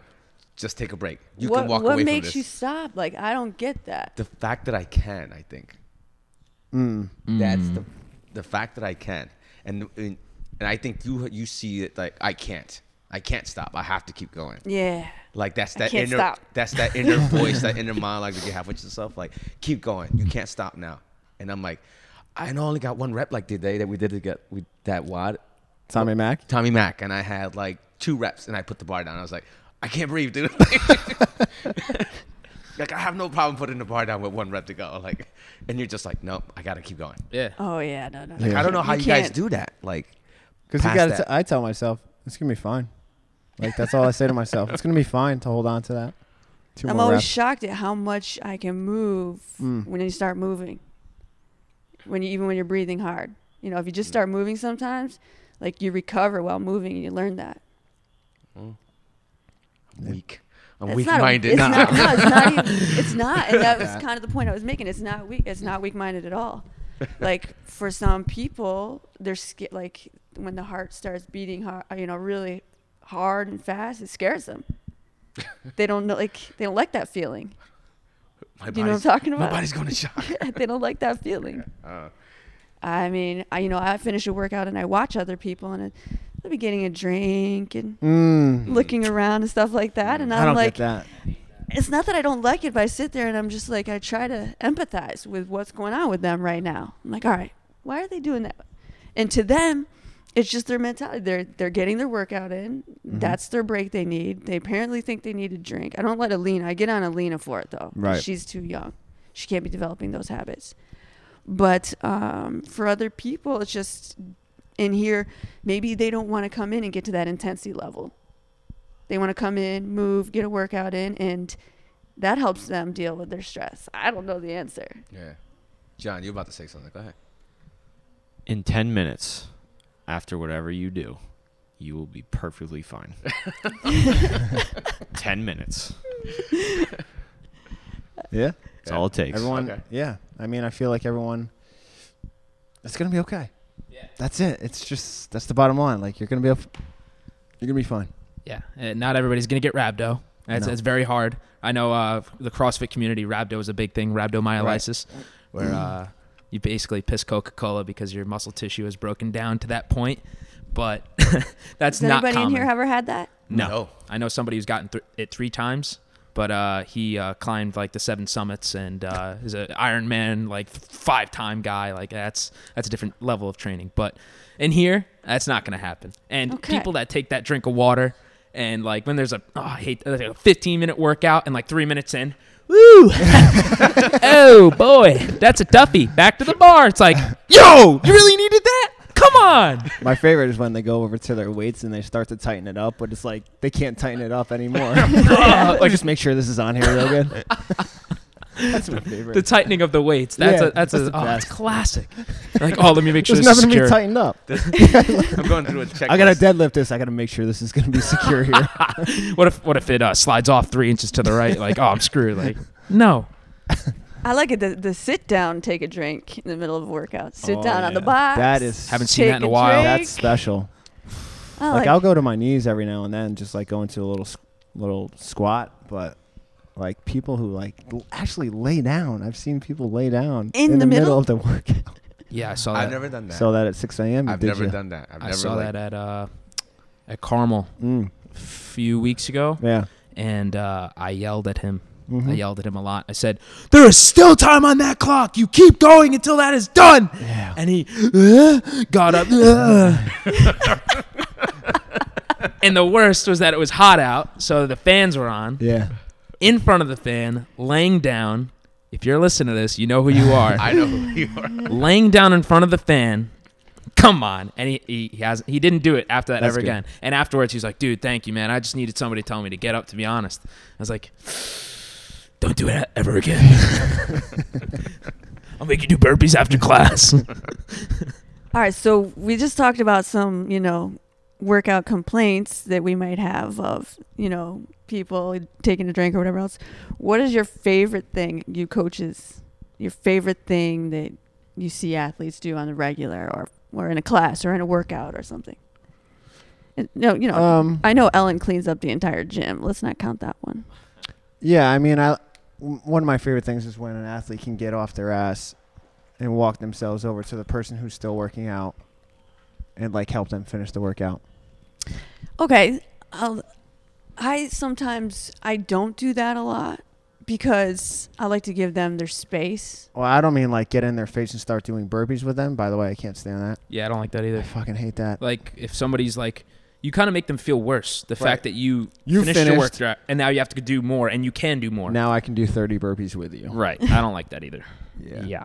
Speaker 2: Just take a break. You
Speaker 4: what
Speaker 2: can walk
Speaker 4: what
Speaker 2: away
Speaker 4: makes
Speaker 2: from this.
Speaker 4: you stop like i don't get that
Speaker 2: the fact that I can, I think.
Speaker 4: Mm.
Speaker 2: That's the the fact that I can. And and and I think you you see it like I can't. I can't stop. I have to keep going.
Speaker 4: yeah
Speaker 2: Like that's
Speaker 4: I
Speaker 2: that
Speaker 4: can't
Speaker 2: inner
Speaker 4: stop.
Speaker 2: that's that inner voice, that inner monologue that you have with yourself. Like, keep going. You can't stop now. And I'm like, I know I only got one rep like today that we did to get with that wad.
Speaker 1: Tommy Mack?
Speaker 2: Tommy Mack, and I had like two reps, and I put the bar down. I was like, I can't breathe, dude. like I have no problem putting the bar down with one rep to go. Like, and you're just like, nope, I gotta keep going.
Speaker 5: Yeah.
Speaker 4: oh yeah no no, no.
Speaker 2: Like, I don't know how you, guys
Speaker 4: can't.
Speaker 2: do that. Like,
Speaker 1: Because you
Speaker 2: past
Speaker 1: got to.
Speaker 2: that.
Speaker 1: I tell myself it's gonna be fine. Like that's all I say to myself. It's gonna be fine to hold on to that. 2
Speaker 4: I'm
Speaker 1: more
Speaker 4: always
Speaker 1: reps.
Speaker 4: shocked at how much I can move
Speaker 2: Mm.
Speaker 4: when you start moving. When you even when you're breathing hard, you know, if you just start moving, sometimes like you recover while moving, and you learn that.
Speaker 2: I'm weak. I'm
Speaker 4: It's
Speaker 2: weak
Speaker 4: not a-
Speaker 2: minded.
Speaker 4: It's
Speaker 2: Nah.
Speaker 4: not, no, it's not. Even, it's not. And that was kind of the point I was making. It's not weak. It's not weak-minded at all. Like for some people, they're sca- like when the heart starts beating hard, you know, really hard and fast, it scares them. they don't know, like they don't like that feeling.
Speaker 2: My
Speaker 4: Do you know what
Speaker 2: body's-
Speaker 4: I'm talking
Speaker 2: My
Speaker 4: about?
Speaker 2: body's going to shock.
Speaker 4: they don't like that feeling.
Speaker 2: uh.
Speaker 4: I mean, I, you know, I finish a workout and I watch other people and I- I'll be getting a drink and
Speaker 2: Mm.
Speaker 1: Mm.
Speaker 4: looking around and stuff like that. And I'm
Speaker 1: I don't
Speaker 4: like,
Speaker 1: get that.
Speaker 4: it's not that I don't like it, but I sit there and I'm just like, I try to empathize with what's going on with them right now. I'm like, all right, why are they doing that? And to them, it's just their mentality. They're they're getting their workout in. That's their break they need. They apparently think they need a drink. I don't let Alina. I get on Alina for it though. 'cause
Speaker 1: Right.
Speaker 4: She's too young. She can't be developing those habits. But um, for other people, it's just in here. Maybe they don't want to come in and get to that intensity level. They want to come in, move, get a workout in, and that helps them deal with their stress. I don't know the answer.
Speaker 2: Yeah, John, you're about to say something. Go ahead.
Speaker 7: in 10 minutes after whatever you do you will be perfectly fine 10 minutes
Speaker 1: Yeah.
Speaker 7: that's all it takes
Speaker 1: Everyone.
Speaker 2: Okay.
Speaker 1: Yeah. I mean, I feel like everyone. It's gonna be okay. Yeah. That's it. It's just that's the bottom line. Like you're gonna be up. You're gonna be fine.
Speaker 5: Yeah, uh, not everybody's gonna get rhabdo. That's,
Speaker 1: No.
Speaker 5: that's very hard. I know uh, the CrossFit community, rhabdo is a big thing. Rhabdomyolysis, where uh, you basically piss Coca Cola because your muscle tissue is broken down to that point. But that's
Speaker 4: Has
Speaker 5: not
Speaker 4: anybody
Speaker 5: common.
Speaker 4: in here ever had that?
Speaker 5: no.
Speaker 2: No.
Speaker 5: I know somebody who's gotten th- it three times, but uh, he uh, climbed like the seven summits and uh, is an Ironman like five time guy. Like that's that's a different level of training. But in here, that's not gonna happen. And
Speaker 4: Okay.
Speaker 5: people that take that drink of water and like when there's a oh, I hate like a 15 minute workout and like three minutes in. Woo! oh boy, that's a toughie. Back to the bar. It's like, yo, you really needed that? Come on.
Speaker 1: My favorite is when they go over to their weights and they start to tighten it up, but it's like they can't tighten it up anymore. like just make sure this is on here real good. That's my favorite.
Speaker 5: The tightening of the weights. That's
Speaker 1: Yeah,
Speaker 5: a that's,
Speaker 1: that's
Speaker 5: a
Speaker 1: the
Speaker 5: oh, that's
Speaker 1: best.
Speaker 5: classic. Like, oh, let me make sure
Speaker 1: There's
Speaker 5: this is
Speaker 1: nothing to be
Speaker 5: secure.
Speaker 1: tightened up.
Speaker 2: I'm going through a check.
Speaker 1: I gotta deadlift this. I gotta make sure this is gonna be secure here.
Speaker 5: What if what if it uh, slides off three inches to the right? Like, oh, I'm screwed. Like, no.
Speaker 4: I like it. The, the sit down, take a drink in the middle of a workout. Sit
Speaker 1: Oh,
Speaker 4: down on the
Speaker 1: yeah.
Speaker 4: box.
Speaker 1: That is- Haven't
Speaker 5: seen that in
Speaker 4: take
Speaker 5: a while.
Speaker 4: drink.
Speaker 1: That's special.
Speaker 4: Oh, I
Speaker 1: like,
Speaker 4: like,
Speaker 1: I'll go to my knees every now and then, just like go into a little s- little squat. But like people who like l- actually lay down, I've seen people lay down
Speaker 4: In the
Speaker 1: the middle?
Speaker 4: middle?
Speaker 1: of the workout.
Speaker 5: Yeah, I saw that.
Speaker 2: I've never done that.
Speaker 1: Saw that at six a.m.
Speaker 2: I've
Speaker 1: did
Speaker 2: never
Speaker 1: ya?
Speaker 2: done that. I've
Speaker 5: I
Speaker 2: never
Speaker 5: saw
Speaker 2: like,
Speaker 5: that at uh at Carmel
Speaker 1: Mm,
Speaker 5: a few weeks ago,
Speaker 1: yeah.
Speaker 5: and uh, I yelled at him. I
Speaker 1: Mhm.
Speaker 5: yelled at him a lot. I said, "There is still time on that clock. You keep going until that is done."
Speaker 1: Yeah.
Speaker 5: And he uh, got up. uh. and the worst was that it was hot out, so the fans were on.
Speaker 1: Yeah.
Speaker 5: In front of the fan, laying down. If you're listening to this, you know who you are.
Speaker 2: I know who you are.
Speaker 5: laying down in front of the fan. Come on, and he he, he has he didn't do it after that
Speaker 1: That's
Speaker 5: ever
Speaker 1: good.
Speaker 5: again. And afterwards, he was like, "Dude, thank you, man. I just needed somebody to tell me to get up." To be honest, I was like, "Don't do it ever again. I'll make you do burpees after class."
Speaker 4: all right. So we just talked about some, you know, workout complaints that we might have of, you know, people taking a drink or whatever else. What is your favorite thing you coaches? Your favorite thing that you see athletes do on the regular, or or in a class, or in a workout, or something. And, no, you know,
Speaker 1: Um.
Speaker 4: I know Ellen cleans up the entire gym. Let's not count that one.
Speaker 1: Yeah. I mean, I w- one of my favorite things is when an athlete can get off their ass and walk themselves over to the person who's still working out and like help them finish the workout.
Speaker 4: Okay, I'll, I sometimes I don't do that a lot because I like to give them their space.
Speaker 1: Well, I don't mean like get in their face and start doing burpees with them. By the way, I can't stand that.
Speaker 5: yeah, I don't like that
Speaker 1: I
Speaker 5: either.
Speaker 1: fucking hate that.
Speaker 5: Like if somebody's like, you kind of make them feel worse. The
Speaker 1: Right.
Speaker 5: fact that you,
Speaker 1: You
Speaker 5: finished, your
Speaker 1: finished.
Speaker 5: workout and now you have to do more, and you can do more.
Speaker 1: Now I can do 30 burpees with you.
Speaker 5: Right, I don't like that either.
Speaker 1: Yeah.
Speaker 5: yeah.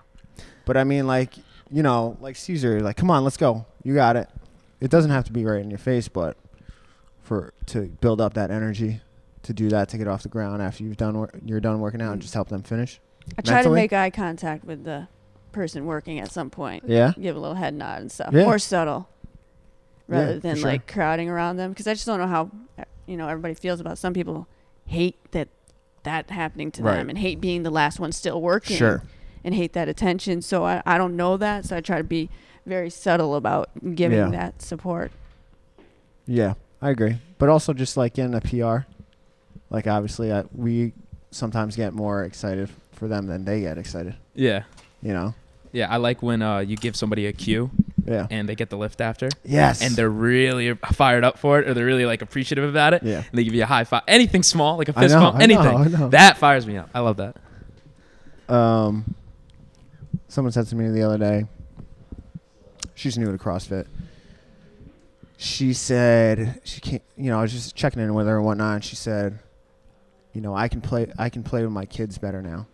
Speaker 1: But I mean, like, you know, like Caesar, like, come on, let's go. You got it. It doesn't have to be right in your face, but for to build up that energy to do that to get off the ground after you've done wor- you're done working out and just help them finish.
Speaker 4: I try
Speaker 1: Mentally?
Speaker 4: to make eye contact with the person working at some point,
Speaker 1: Yeah.
Speaker 4: give a little head nod and stuff,
Speaker 1: Yeah.
Speaker 4: more subtle,
Speaker 1: Yeah,
Speaker 4: rather
Speaker 1: for
Speaker 4: than
Speaker 1: sure.
Speaker 4: like crowding around them. Because I just don't know how uh, you know everybody feels about. Some people hate that that happening to
Speaker 1: Right.
Speaker 4: them and hate being the last one still working. and hate that attention. So I, I don't know that. So I try to be very subtle about giving
Speaker 1: Yeah.
Speaker 4: that support.
Speaker 1: Yeah, I agree. But also just like in a PR, like obviously I, we sometimes get more excited for them than they get excited.
Speaker 5: Yeah,
Speaker 1: You know?
Speaker 5: yeah. I like when uh, you give somebody a cue
Speaker 1: Yeah.
Speaker 5: and they get the lift after.
Speaker 1: Yes.
Speaker 5: and they're really fired up for it or they're really like appreciative about it
Speaker 1: yeah.
Speaker 5: and they give you a high five anything small like a
Speaker 1: I
Speaker 5: fist
Speaker 1: know,
Speaker 5: bump
Speaker 1: I know,
Speaker 5: anything
Speaker 1: I know.
Speaker 5: that fires me up i love that
Speaker 1: Um, someone said to me the other day, she's new to CrossFit. She said she can't. You know, I was just checking in with her and whatnot. And she said, you know, I can play. I can play with my kids better now,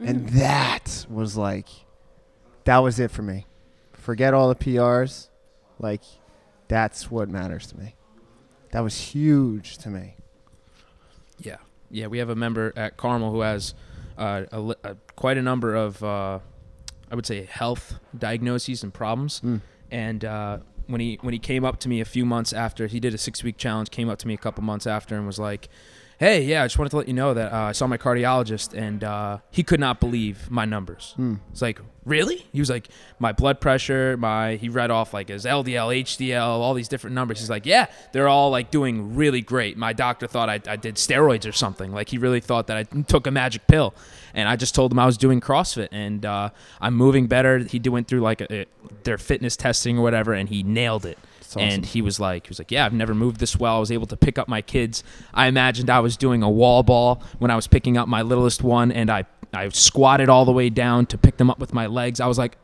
Speaker 1: and that was like, that was it for me. Forget all the PRs, like, that's what matters to me. That was huge to me.
Speaker 5: yeah yeah we have a member at carmel who has uh, a, li- uh quite a number of uh, i would say health diagnoses and problems
Speaker 1: Mm.
Speaker 5: and uh, when he when he came up to me a few months after he did a six week challenge came up to me a couple months after and was like hey yeah i just wanted to let you know that uh, i saw my cardiologist and uh, he could not believe my numbers
Speaker 1: Mm.
Speaker 5: It's like, really? He was like, my blood pressure, my he read off like his LDL, HDL, all these different numbers. He's like, yeah, they're all like doing really great. My doctor thought I, I did steroids or something. Like he really thought that I took a magic pill. And I just told him I was doing CrossFit and uh, I'm moving better. He did- went through like a, a- their fitness testing or whatever, and he nailed it.
Speaker 1: That's awesome.
Speaker 5: And he was like, he was like, yeah, I've never moved this well. I was able to pick up my kids. I imagined I was doing a wall ball when I was picking up my littlest one, and I I squatted all the way down to pick them up with my legs. I was like,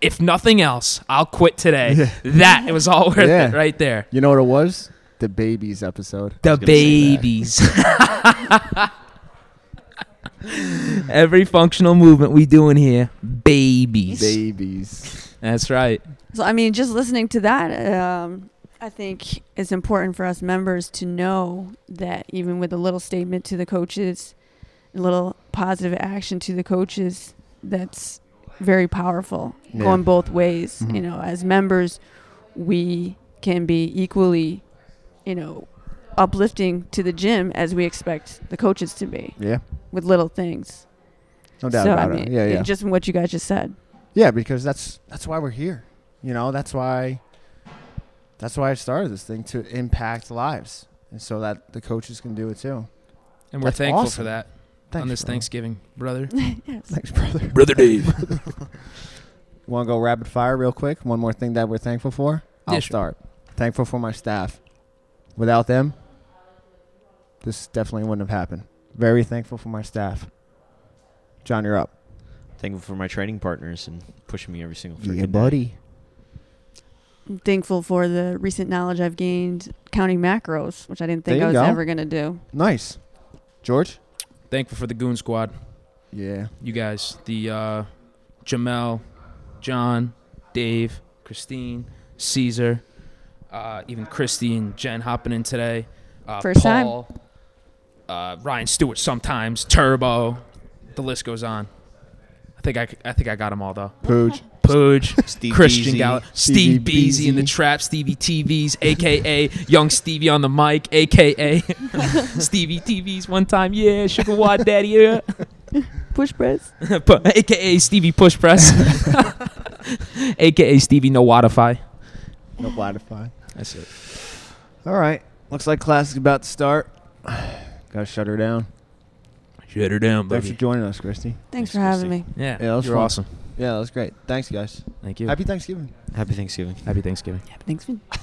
Speaker 5: if nothing else, I'll quit today. That it was all worth
Speaker 1: Yeah.
Speaker 5: it right there.
Speaker 1: You know what it was? The babies episode. I
Speaker 5: The
Speaker 1: was gonna say that.
Speaker 5: babies. Every functional movement we do in here, babies.
Speaker 1: Babies.
Speaker 5: That's right.
Speaker 4: So I mean, just listening to that, um, I think it's important for us members to know that even with a little statement to the coaches, a little positive action to the coaches, that's very powerful,
Speaker 1: Yeah.
Speaker 4: going both ways. You
Speaker 1: Mhm.
Speaker 4: know, as members, we can be equally, you know, uplifting to the gym as we expect the coaches to be
Speaker 1: Yeah,
Speaker 4: with little things.
Speaker 1: no doubt
Speaker 4: so
Speaker 1: about
Speaker 4: I mean,
Speaker 1: it. Yeah, yeah,
Speaker 4: Just from what you guys just said.
Speaker 1: yeah. Because that's that's why we're here. You know, that's why that's why I started this thing to impact lives, and so that the coaches can do it too.
Speaker 5: And we're
Speaker 1: That's
Speaker 5: thankful for
Speaker 1: awesome.
Speaker 5: that
Speaker 1: Thanks,
Speaker 5: on this
Speaker 1: brother.
Speaker 5: Thanksgiving, brother.
Speaker 4: yes.
Speaker 1: Thanks, brother.
Speaker 5: brother Dave.
Speaker 1: Want to go rapid fire real quick? One more thing that we're thankful for. I'll
Speaker 5: Yeah, sure.
Speaker 1: start. Thankful for my staff. Without them, this definitely wouldn't have happened. Very thankful for my staff. John, you're up.
Speaker 7: Thankful for my training partners and pushing me every single freaking day.
Speaker 4: I'm thankful for the recent knowledge I've gained counting macros, which I didn't think
Speaker 1: There
Speaker 4: I was
Speaker 1: you go.
Speaker 4: ever going to do.
Speaker 1: Nice. George?
Speaker 5: Thankful for the Goon Squad.
Speaker 1: Yeah.
Speaker 5: You guys, the uh, Jamel, John, Dave, Christine, Caesar, uh, even Christy and Jen hopping in today. Uh,
Speaker 4: First time.
Speaker 5: Paul, Uh, Ryan Stewart sometimes, Turbo. The list goes on. I think I, c- I think I got them all though.
Speaker 1: Pooj.
Speaker 5: Pooge,
Speaker 7: Steve
Speaker 5: Christian
Speaker 7: Beasy.
Speaker 5: Gallagher,
Speaker 1: Stevie
Speaker 5: Steve Beasy in the
Speaker 1: Beasy.
Speaker 5: trap, Stevie TVs, aka Young Stevie on the mic, aka Stevie TVs one time, yeah, Sugar Wad Daddy, yeah,
Speaker 4: Push press.
Speaker 5: Pu- aka Stevie Push Press, aka Stevie No Watify.
Speaker 1: No Spotify.
Speaker 5: That's it.
Speaker 1: All right. Looks like class is about to start. Gotta shut her down.
Speaker 5: Shut her down,
Speaker 1: Thanks for joining us, Christy.
Speaker 4: Thanks
Speaker 7: Thanks,
Speaker 4: for having
Speaker 7: Christy.
Speaker 4: me.
Speaker 5: Yeah,
Speaker 1: Yeah, that was
Speaker 5: you're
Speaker 1: fun.
Speaker 5: awesome.
Speaker 1: Yeah, that was great. Thanks, guys.
Speaker 5: Thank you.
Speaker 1: Happy Thanksgiving.
Speaker 7: Happy Thanksgiving.
Speaker 5: Happy Thanksgiving.
Speaker 4: Yeah, but thanks for